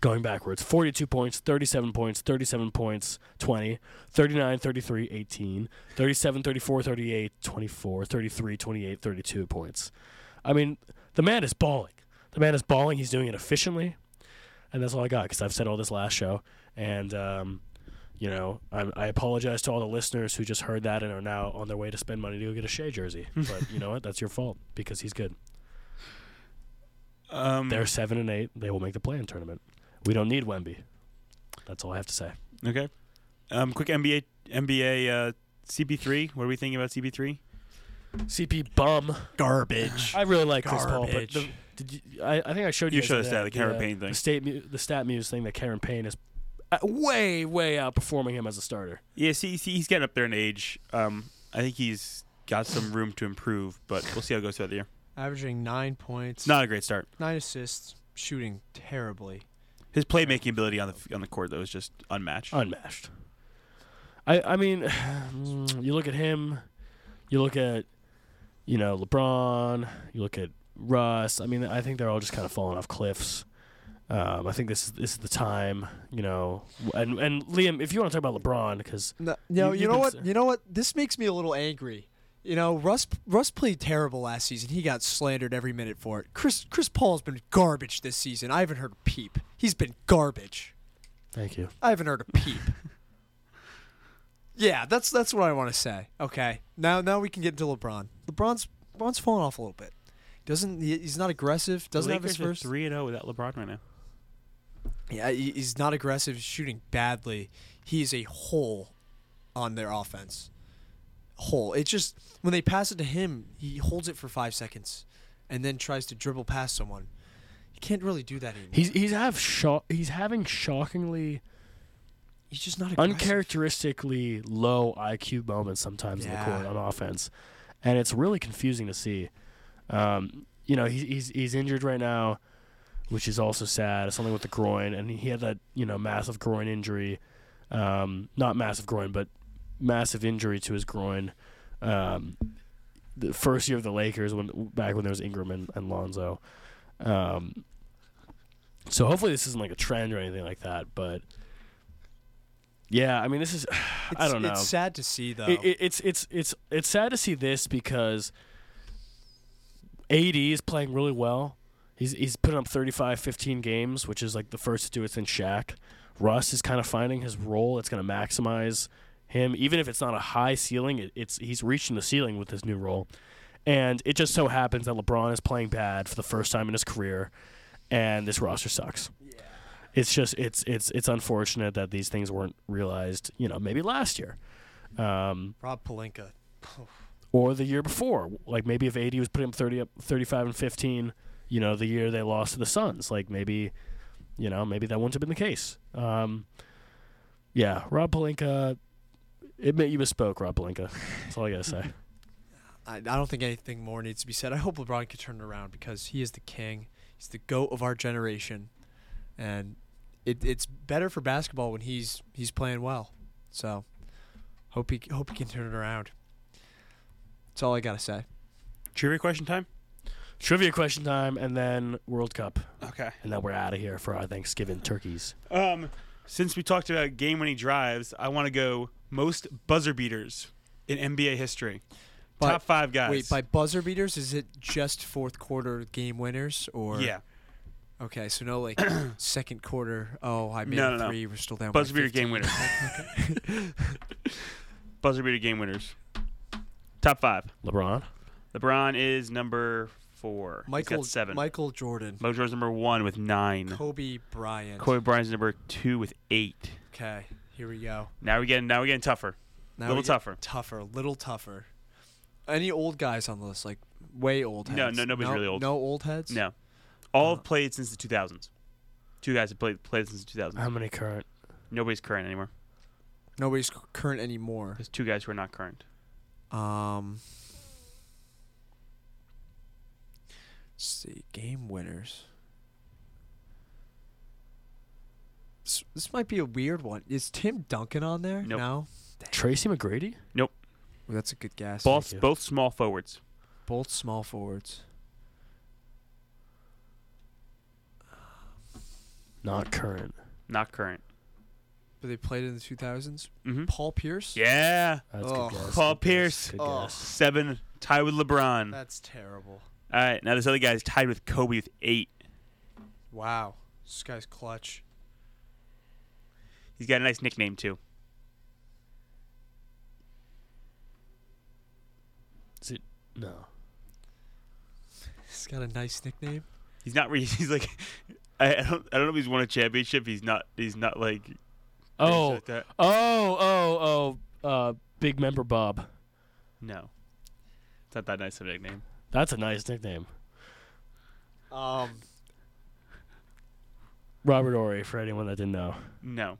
going backwards 42 points, 37 points, 37 points, 20, 39, 33, 18, 37, 34, 38, 24, 33, 28, 32 points. I mean, the man is balling. The man is balling. He's doing it efficiently. And that's all I got because I've said all this last show. And, um, you know, I, I apologize to all the listeners who just heard that and are now on their way to spend money to go get a Shea jersey. but you know what? That's your fault because he's good. Um, They're seven and eight. They will make the play-in tournament. We don't need Wemby. That's all I have to say. Okay. Um, quick NBA NBA uh, CP3. What are we thinking about CP3? CP bum. Garbage. I really like Chris Paul, but the, Garbage. did you, I, I think I showed you. You guys showed us that, that, the Karen uh, Payne thing. The state, mu- the stat muse thing that Karen Payne is uh, way, way outperforming him as a starter. Yeah, see, see, he's getting up there in age. Um, I think he's got some room to improve, but we'll see how it goes throughout the year. Averaging nine points, It's not a great start. nine assists, shooting terribly. His playmaking ability on the on the court though is just unmatched. Unmatched. I, I mean, you look at him, you look at, you know, LeBron, you look at Russ. I mean, I think they're all just kind of falling off cliffs. Um, I think this is this is the time, you know, and and Liam, if you want to talk about LeBron, because No, You- no you've you, know been what? sa- You know what? This makes me a little angry. You know, Russ Russ played terrible last season. He got slandered every minute for it. Chris Chris Paul's been garbage this season. I haven't heard a peep. He's been garbage. thank you. I haven't heard a peep. yeah, that's that's what I want to say. Okay, now now we can get into LeBron. LeBron's LeBron's falling off a little bit. Doesn't he, he's not aggressive? Doesn't have his first. three and zero without LeBron right now. Yeah, he- he's not aggressive, shooting badly. He is a hole on their offense. Hole. It just when they pass it to him, he holds it for five seconds, and then tries to dribble past someone. He can't really do that anymore. He's he's have shock. He's having shockingly He's just not aggressive. uncharacteristically low IQ moments sometimes in the Yeah. court on offense, and it's really confusing to see. Um, you know, he's, he's he's injured right now, which is also sad. It's something with the groin, and he had that you know massive groin injury, um, not massive groin, but massive injury to his groin. Um, the first year of the Lakers when back when there was Ingram and, and Lonzo. Um, so hopefully this isn't like a trend or anything like that, but yeah, I mean this is I It's- don't know. It's sad to see though. It, it, it's it's it's it's sad to see this because AD is playing really well. He's he's putting up 35, 15 games, which is like the first to do it since Shaq. Russ is kind of finding his role. It's going to maximize him, even if it's not a high ceiling. It, it's he's reaching the ceiling with his new role, and it just so happens that LeBron is playing bad for the first time in his career, and this roster sucks it's just it's it's it's unfortunate that these things weren't realized you know maybe last year um, Rob Palinka. or the year before like maybe if 80 was putting up 30 up 35 and 15 you know the year they lost to the Suns like maybe you know maybe that wouldn't have been the case um, yeah Rob Palinka admit you misspoke Rob Palinka that's all I gotta say I, I don't think anything more needs to be said. I hope LeBron can turn it around because he is the king. He's the goat of our generation, and it, it's better for basketball when he's he's playing well. So hope he hope he can turn it around. That's all I gotta say. Trivia question time. trivia question time and then World Cup Okay. and then we're out of here for our Thanksgiving turkeys Um, since we talked about game winning drives, I want to go most buzzer beaters in NBA history. But- Top five guys. Wait, by buzzer beaters, is it just fourth quarter game winners or? yeah, Okay, so no like second quarter. Oh, I made No, it no, no. three. We're still down. Oh, by buzzer beater 15. game winners. buzzer beater game winners. Top five. LeBron. LeBron is number four. He's got Michael seven. Michael Jordan. Mo Jordan's number one with nine. Kobe Bryant. Kobe Bryant's number two with eight. Okay, here we go. Now we're getting now we're getting tougher. Now Little we get tougher. Tougher. Little tougher. Any old guys on the list? Like way old heads. No, no, nobody's really old. No old heads. No, all Uh. have played since the 2000s. Two guys have played played since the 2000s. How many current? Nobody's current anymore. Nobody's c- current anymore. There's two guys who are not current. Um. Let's see, game winners. This, this might be a weird one. Is Tim Duncan on there? Nope. No. Tracy McGrady. Well, that's a good guess. Both you. both small forwards. Both small forwards. Not current. Not current. But they played in the 2000s. hmm Paul Pierce? Yeah. That's Oh. good guess. Paul Good guess. Pierce. Good Oh. guess. Seven. Tied with LeBron. That's terrible. All right. Now this other guy's tied with Kobe with eight. Wow. This guy's clutch. He's got a nice nickname too. No. He's got a nice nickname. He's not. Re- he's like. I I don't. I don't know if he's won a championship. He's not. He's not like. Oh. like that. Oh. Oh. Oh. Uh, big member Bob. No. It's not that nice of a nickname. That's a nice nickname. Um, Robert Ory, for anyone that didn't know. No.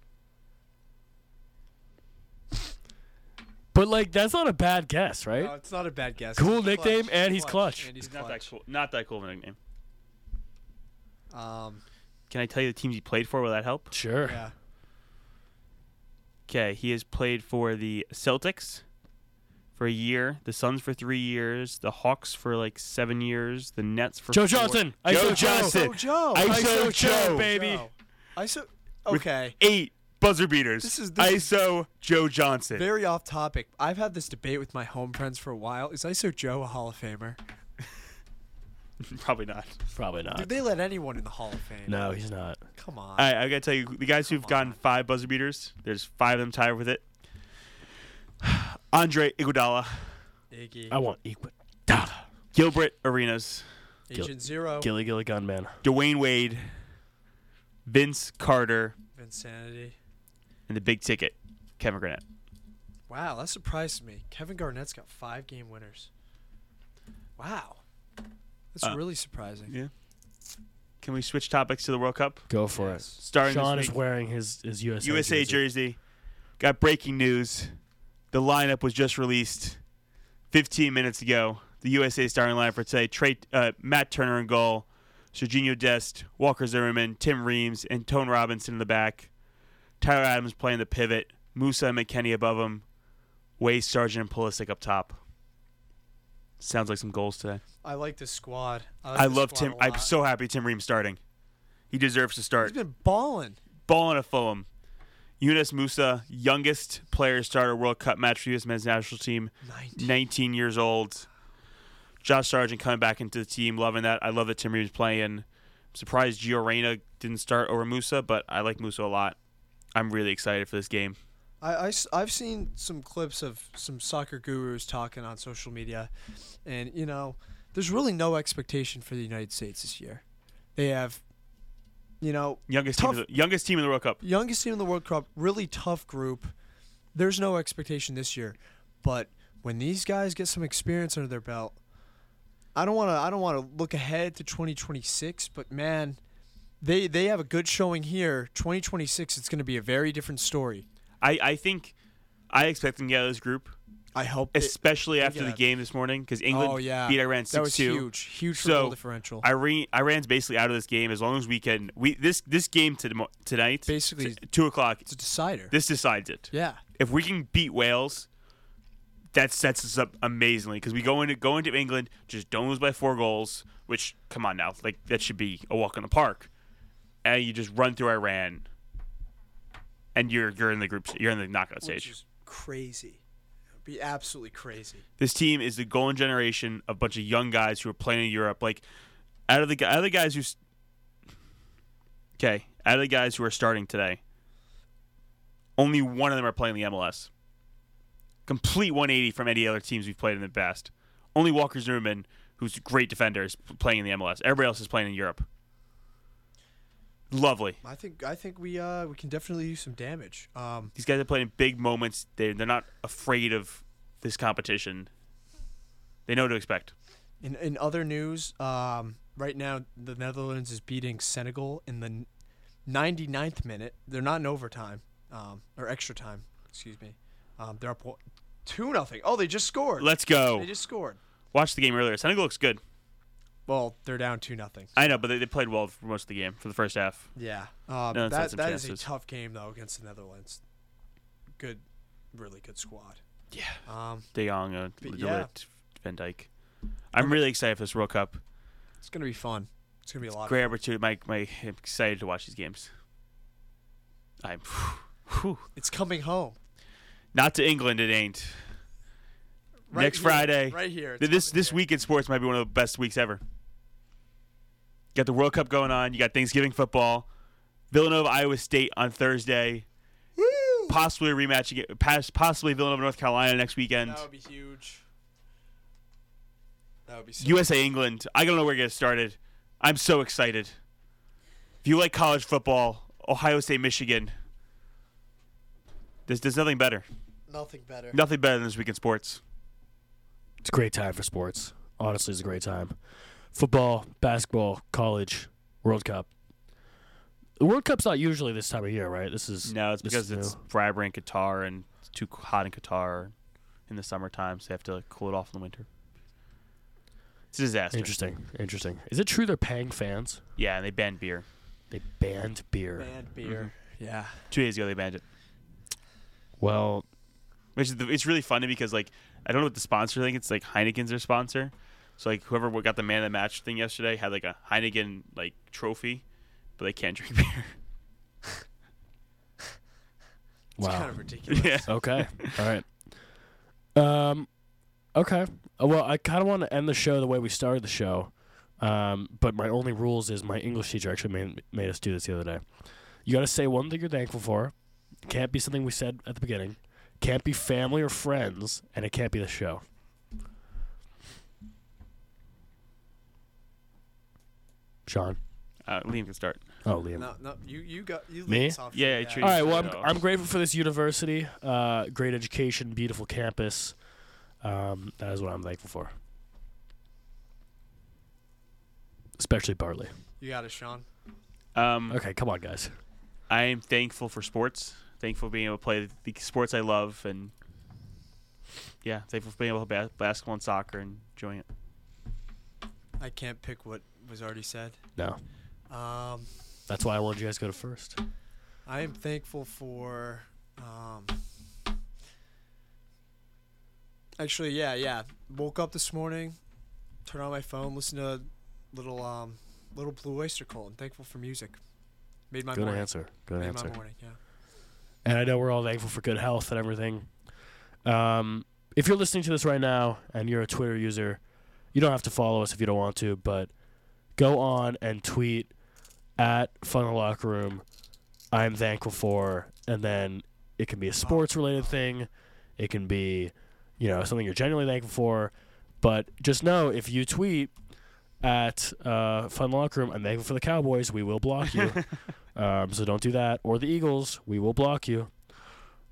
But like, that's not a bad guess, right? no, it's not a bad guess. Cool He's clutch. nickname, and he's clutch. And he's He's not that clutch. cool. Not that cool of a nickname. Um, Can I tell you the teams he played for? Will that help? sure. yeah. Okay, he has played for the Celtics for a year, the Suns for three years, the Hawks for like seven years, the Nets for Joe four- Johnson. Joe ISO Johnson. Oh, Joe. ISO ISO Joe, Joe. baby. ISO. With Okay. eight buzzer beaters. This is- this is- ISO Joe Johnson. Very off topic. I've had this debate with my home friends for a while. Is ISO Joe a Hall of Famer? Probably not. Probably Did not. they let anyone in the Hall of Fame? No, he's not. Come on. All right, I gotta tell you, the guys who've gotten five buzzer beaters, there's five of them tied with it. Andre Iguodala, Iggy. I want Iguodala. Gilbert Arenas, Agent Zero. Gilly Gilly Gunman. Dwayne Wade, Vince Carter, Insanity. and the big ticket, Kevin Garnett. Wow, that surprised me. Kevin Garnett's got five game winners. Wow. That's Uh, really surprising. yeah. Can we switch topics to the World Cup? Go for Yes. it. Starting Sean this is week, wearing his his USA, USA jersey. Got breaking news. The lineup was just released 15 minutes ago. The USA starting lineup for today: Trey, uh, Matt Turner in goal, Serginho Dest, Walker Zimmerman, Tim Reams, and Tone Robinson in the back. Tyler Adams playing the pivot. Musa and McKenny above him. Way Sargent and Pulisic up top. Sounds like some goals today. I like this squad. I, like I this love squad Tim. a I'm lot. so happy Tim Reams starting. He deserves to He's start. been balling. balling at Fulham. Yunus Musa, youngest player to start a World Cup match for the U.S. men's national team, 19. 19 years old. Josh Sargent coming back into the team, loving that. I love that Tim Reeves playing. surprised Gio Reyna didn't start over Musa, but I like Musa a lot. I'm really excited for this game. I, have seen some clips of some soccer gurus talking on social media, and you know, there's really no expectation for the United States this year. They have, you know, Youngest Tough- team, of the, youngest team in the World Cup. youngest team in the World Cup, really tough group. There's no expectation this year, but when these guys get some experience under their belt, I don't want to. I don't want to look ahead to 2026, but man, they they have a good showing here. 2026, it's going to be a very different story. I, I think I expect them to get out of this group, I hope. it- especially after yeah. the game this morning, because England oh yeah, beat Iran 6-2. That was huge, huge for So, goal differential. Iran, Iran's basically out of this game as long as we can. We this this game to, tonight, Basically- t- two o'clock. it's a decider. This decides it. yeah, If we can beat Wales, that sets us up amazingly because we go into go into England just don't lose by four goals. Which come on now, like that should be a walk in the park, and you just run through Iran, and you're you're in the group. You're in the knockout which stage. is crazy. be absolutely crazy. This team is the golden generation of a bunch of young guys who are playing in Europe. Like, out of the gu- out of the guys who, okay, out of the guys who are starting today, only one of them are playing the MLS. Complete 180 from any other teams we've played in the past. Only Walker Zimmerman, who's a great defender, is p- playing in the MLS. Everybody else is playing in Europe. Lovely. I think I think we uh we can definitely do some damage. Um, These guys are playing in big moments. They they're not afraid of this competition. They know what to expect. in in other news, um, right now the Netherlands is beating Senegal in the n- 99th minute. They're not in overtime, um, or extra time. Excuse me. Um, they're up one- two nothing. Oh, they just scored. Let's go. They just scored. Watched the game earlier. Senegal looks good. Well, they're down two nothing. I know, but they, they played well for most of the game for the first half. Yeah. Um, No, it's had that some that is a chances. tough game though against the Netherlands. Good, really good squad. Yeah. Um, De Jong, uh, But De yeah. Ligt, Van Dyke. I'm really excited for this World Cup. it's gonna be fun. It's gonna be a lot. of Great opportunity. My, my, I'm excited to watch these games. I'm whew. It's coming home. not to England. It ain't. Next here, Friday. Right here. It's this coming this here. week in sports might be one of the best weeks ever. Got the World Cup going on. You got Thanksgiving football. Villanova Iowa State on Thursday. Possibly a rematch. aga- pass- Possibly Villanova North Carolina next weekend. That would be huge. That would be so USA England. I don't know where to get started. I'm so excited. If you like college football, Ohio State Michigan. There's there's nothing better. nothing better. Nothing better than this week in sports. It's a great time for sports. Honestly, it's a great time. Football, basketball, college, World Cup. The World Cup's not usually this time of year, right? This is No, it's this because is it's new. bribery in Qatar and it's too hot in Qatar in the summertime, so they have to like, cool it off in the winter. It's a disaster. interesting. Interesting. Is it true they're paying fans? Yeah, and they banned beer. They banned beer. Banned beer. Mm-hmm. Yeah. Two days ago, they banned it. Well, Which is the, it's really funny because like I don't know what the sponsor thing. It's like Heineken's their sponsor. So like whoever wa- got the man of the match thing yesterday had like a Heineken like trophy, but they can't drink beer. It's wow. kind of ridiculous. yeah. okay. All right. Um, okay. Uh, Well, I kind of want to end the show the way we started the show, um, but my only rules is my English teacher actually made made us do this the other day. You got to say one thing you're thankful for. Can't be something we said at the beginning. Can't be family or friends, and it can't be the show. Sean. Uh, Liam can start. Oh, Liam. No, no, you you got you Me? lead us off. Yeah, yeah, true. All right. Well, I'm, So- I'm grateful for this university. Uh, great education, beautiful campus. Um, that is what I'm thankful for. Especially Bartley. You got it, Sean. Hmm. Um, Okay, come on, guys. I am thankful for sports. Thankful for being able to play the sports I love, and yeah, thankful for being able to play bas- basketball and soccer and enjoying it. I can't pick what was already said. No, Um, that's why I wanted you guys to go to first. I am thankful for. Um, actually, yeah, yeah. Woke up this morning, turned on my phone, listened to little um, little Blue Oyster Cult, and thankful for music. Made my Good morning. answer. Good Made answer. my morning. Yeah. and I know we're all thankful for good health and everything. Um, if you're listening to this right now and you're a Twitter user, you don't have to follow us if you don't want to, but go on and tweet at Fun in the Locker Room. I'm thankful for, and then it can be a sports related thing, it can be, you know, something you're genuinely thankful for, but just know if you tweet at uh, Fun in the Locker Room, I'm thankful for the Cowboys. We will block you. Um, so don't do that. Or the Eagles, we will block you.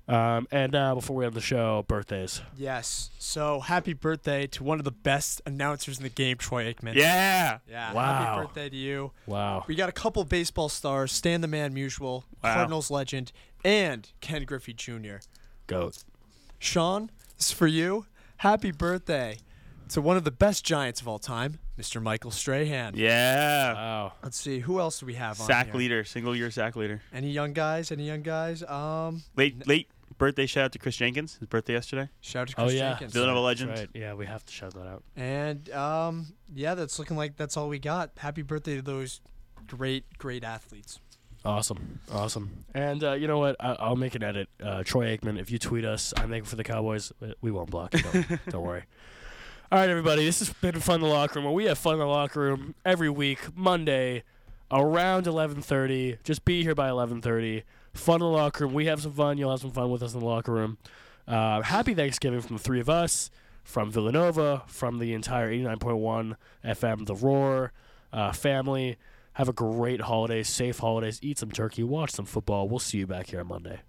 Um, and now, before we end the show, birthdays. Yes. So happy birthday to one of the best announcers in the game, Troy Aikman. Yeah, Yeah. Wow. Happy birthday to you. Wow. We got a couple baseball stars, Stan the Man Musial, Wow. Cardinals legend, and Ken Griffey Jr. Goat. Sean, this is for you. Happy birthday to one of the best Giants of all time, Mr. Michael Strahan. yeah. Wow. Let's see, who else do we have on sack here? leader, single year sack leader. Any young guys? Any young guys? Um, Late late birthday shout out to Chris Jenkins. His birthday yesterday. shout out to Oh, Chris yeah. Jenkins. Villanova legend. Right. Yeah, we have to shout that out. And um, yeah, that's looking like that's all we got. Happy birthday to those great, great athletes. Awesome, awesome. And uh, you know what? I, I'll make an edit. Uh, Troy Aikman, if you tweet us, I'm thankful for the Cowboys. we- We won't block you. Don't, don't worry. All right, everybody. This has been fun in the locker room. Well, we have fun in the locker room every week, Monday, around 11:30. Just be here by 11:30. Fun in the locker room. We have some fun. You'll have some fun with us in the locker room. Uh, happy Thanksgiving from the three of us, from Villanova, from the entire 89.1 FM, The Roar uh, family. Have a great holiday, safe holidays. Eat some turkey, watch some football. We'll see you back here on Monday.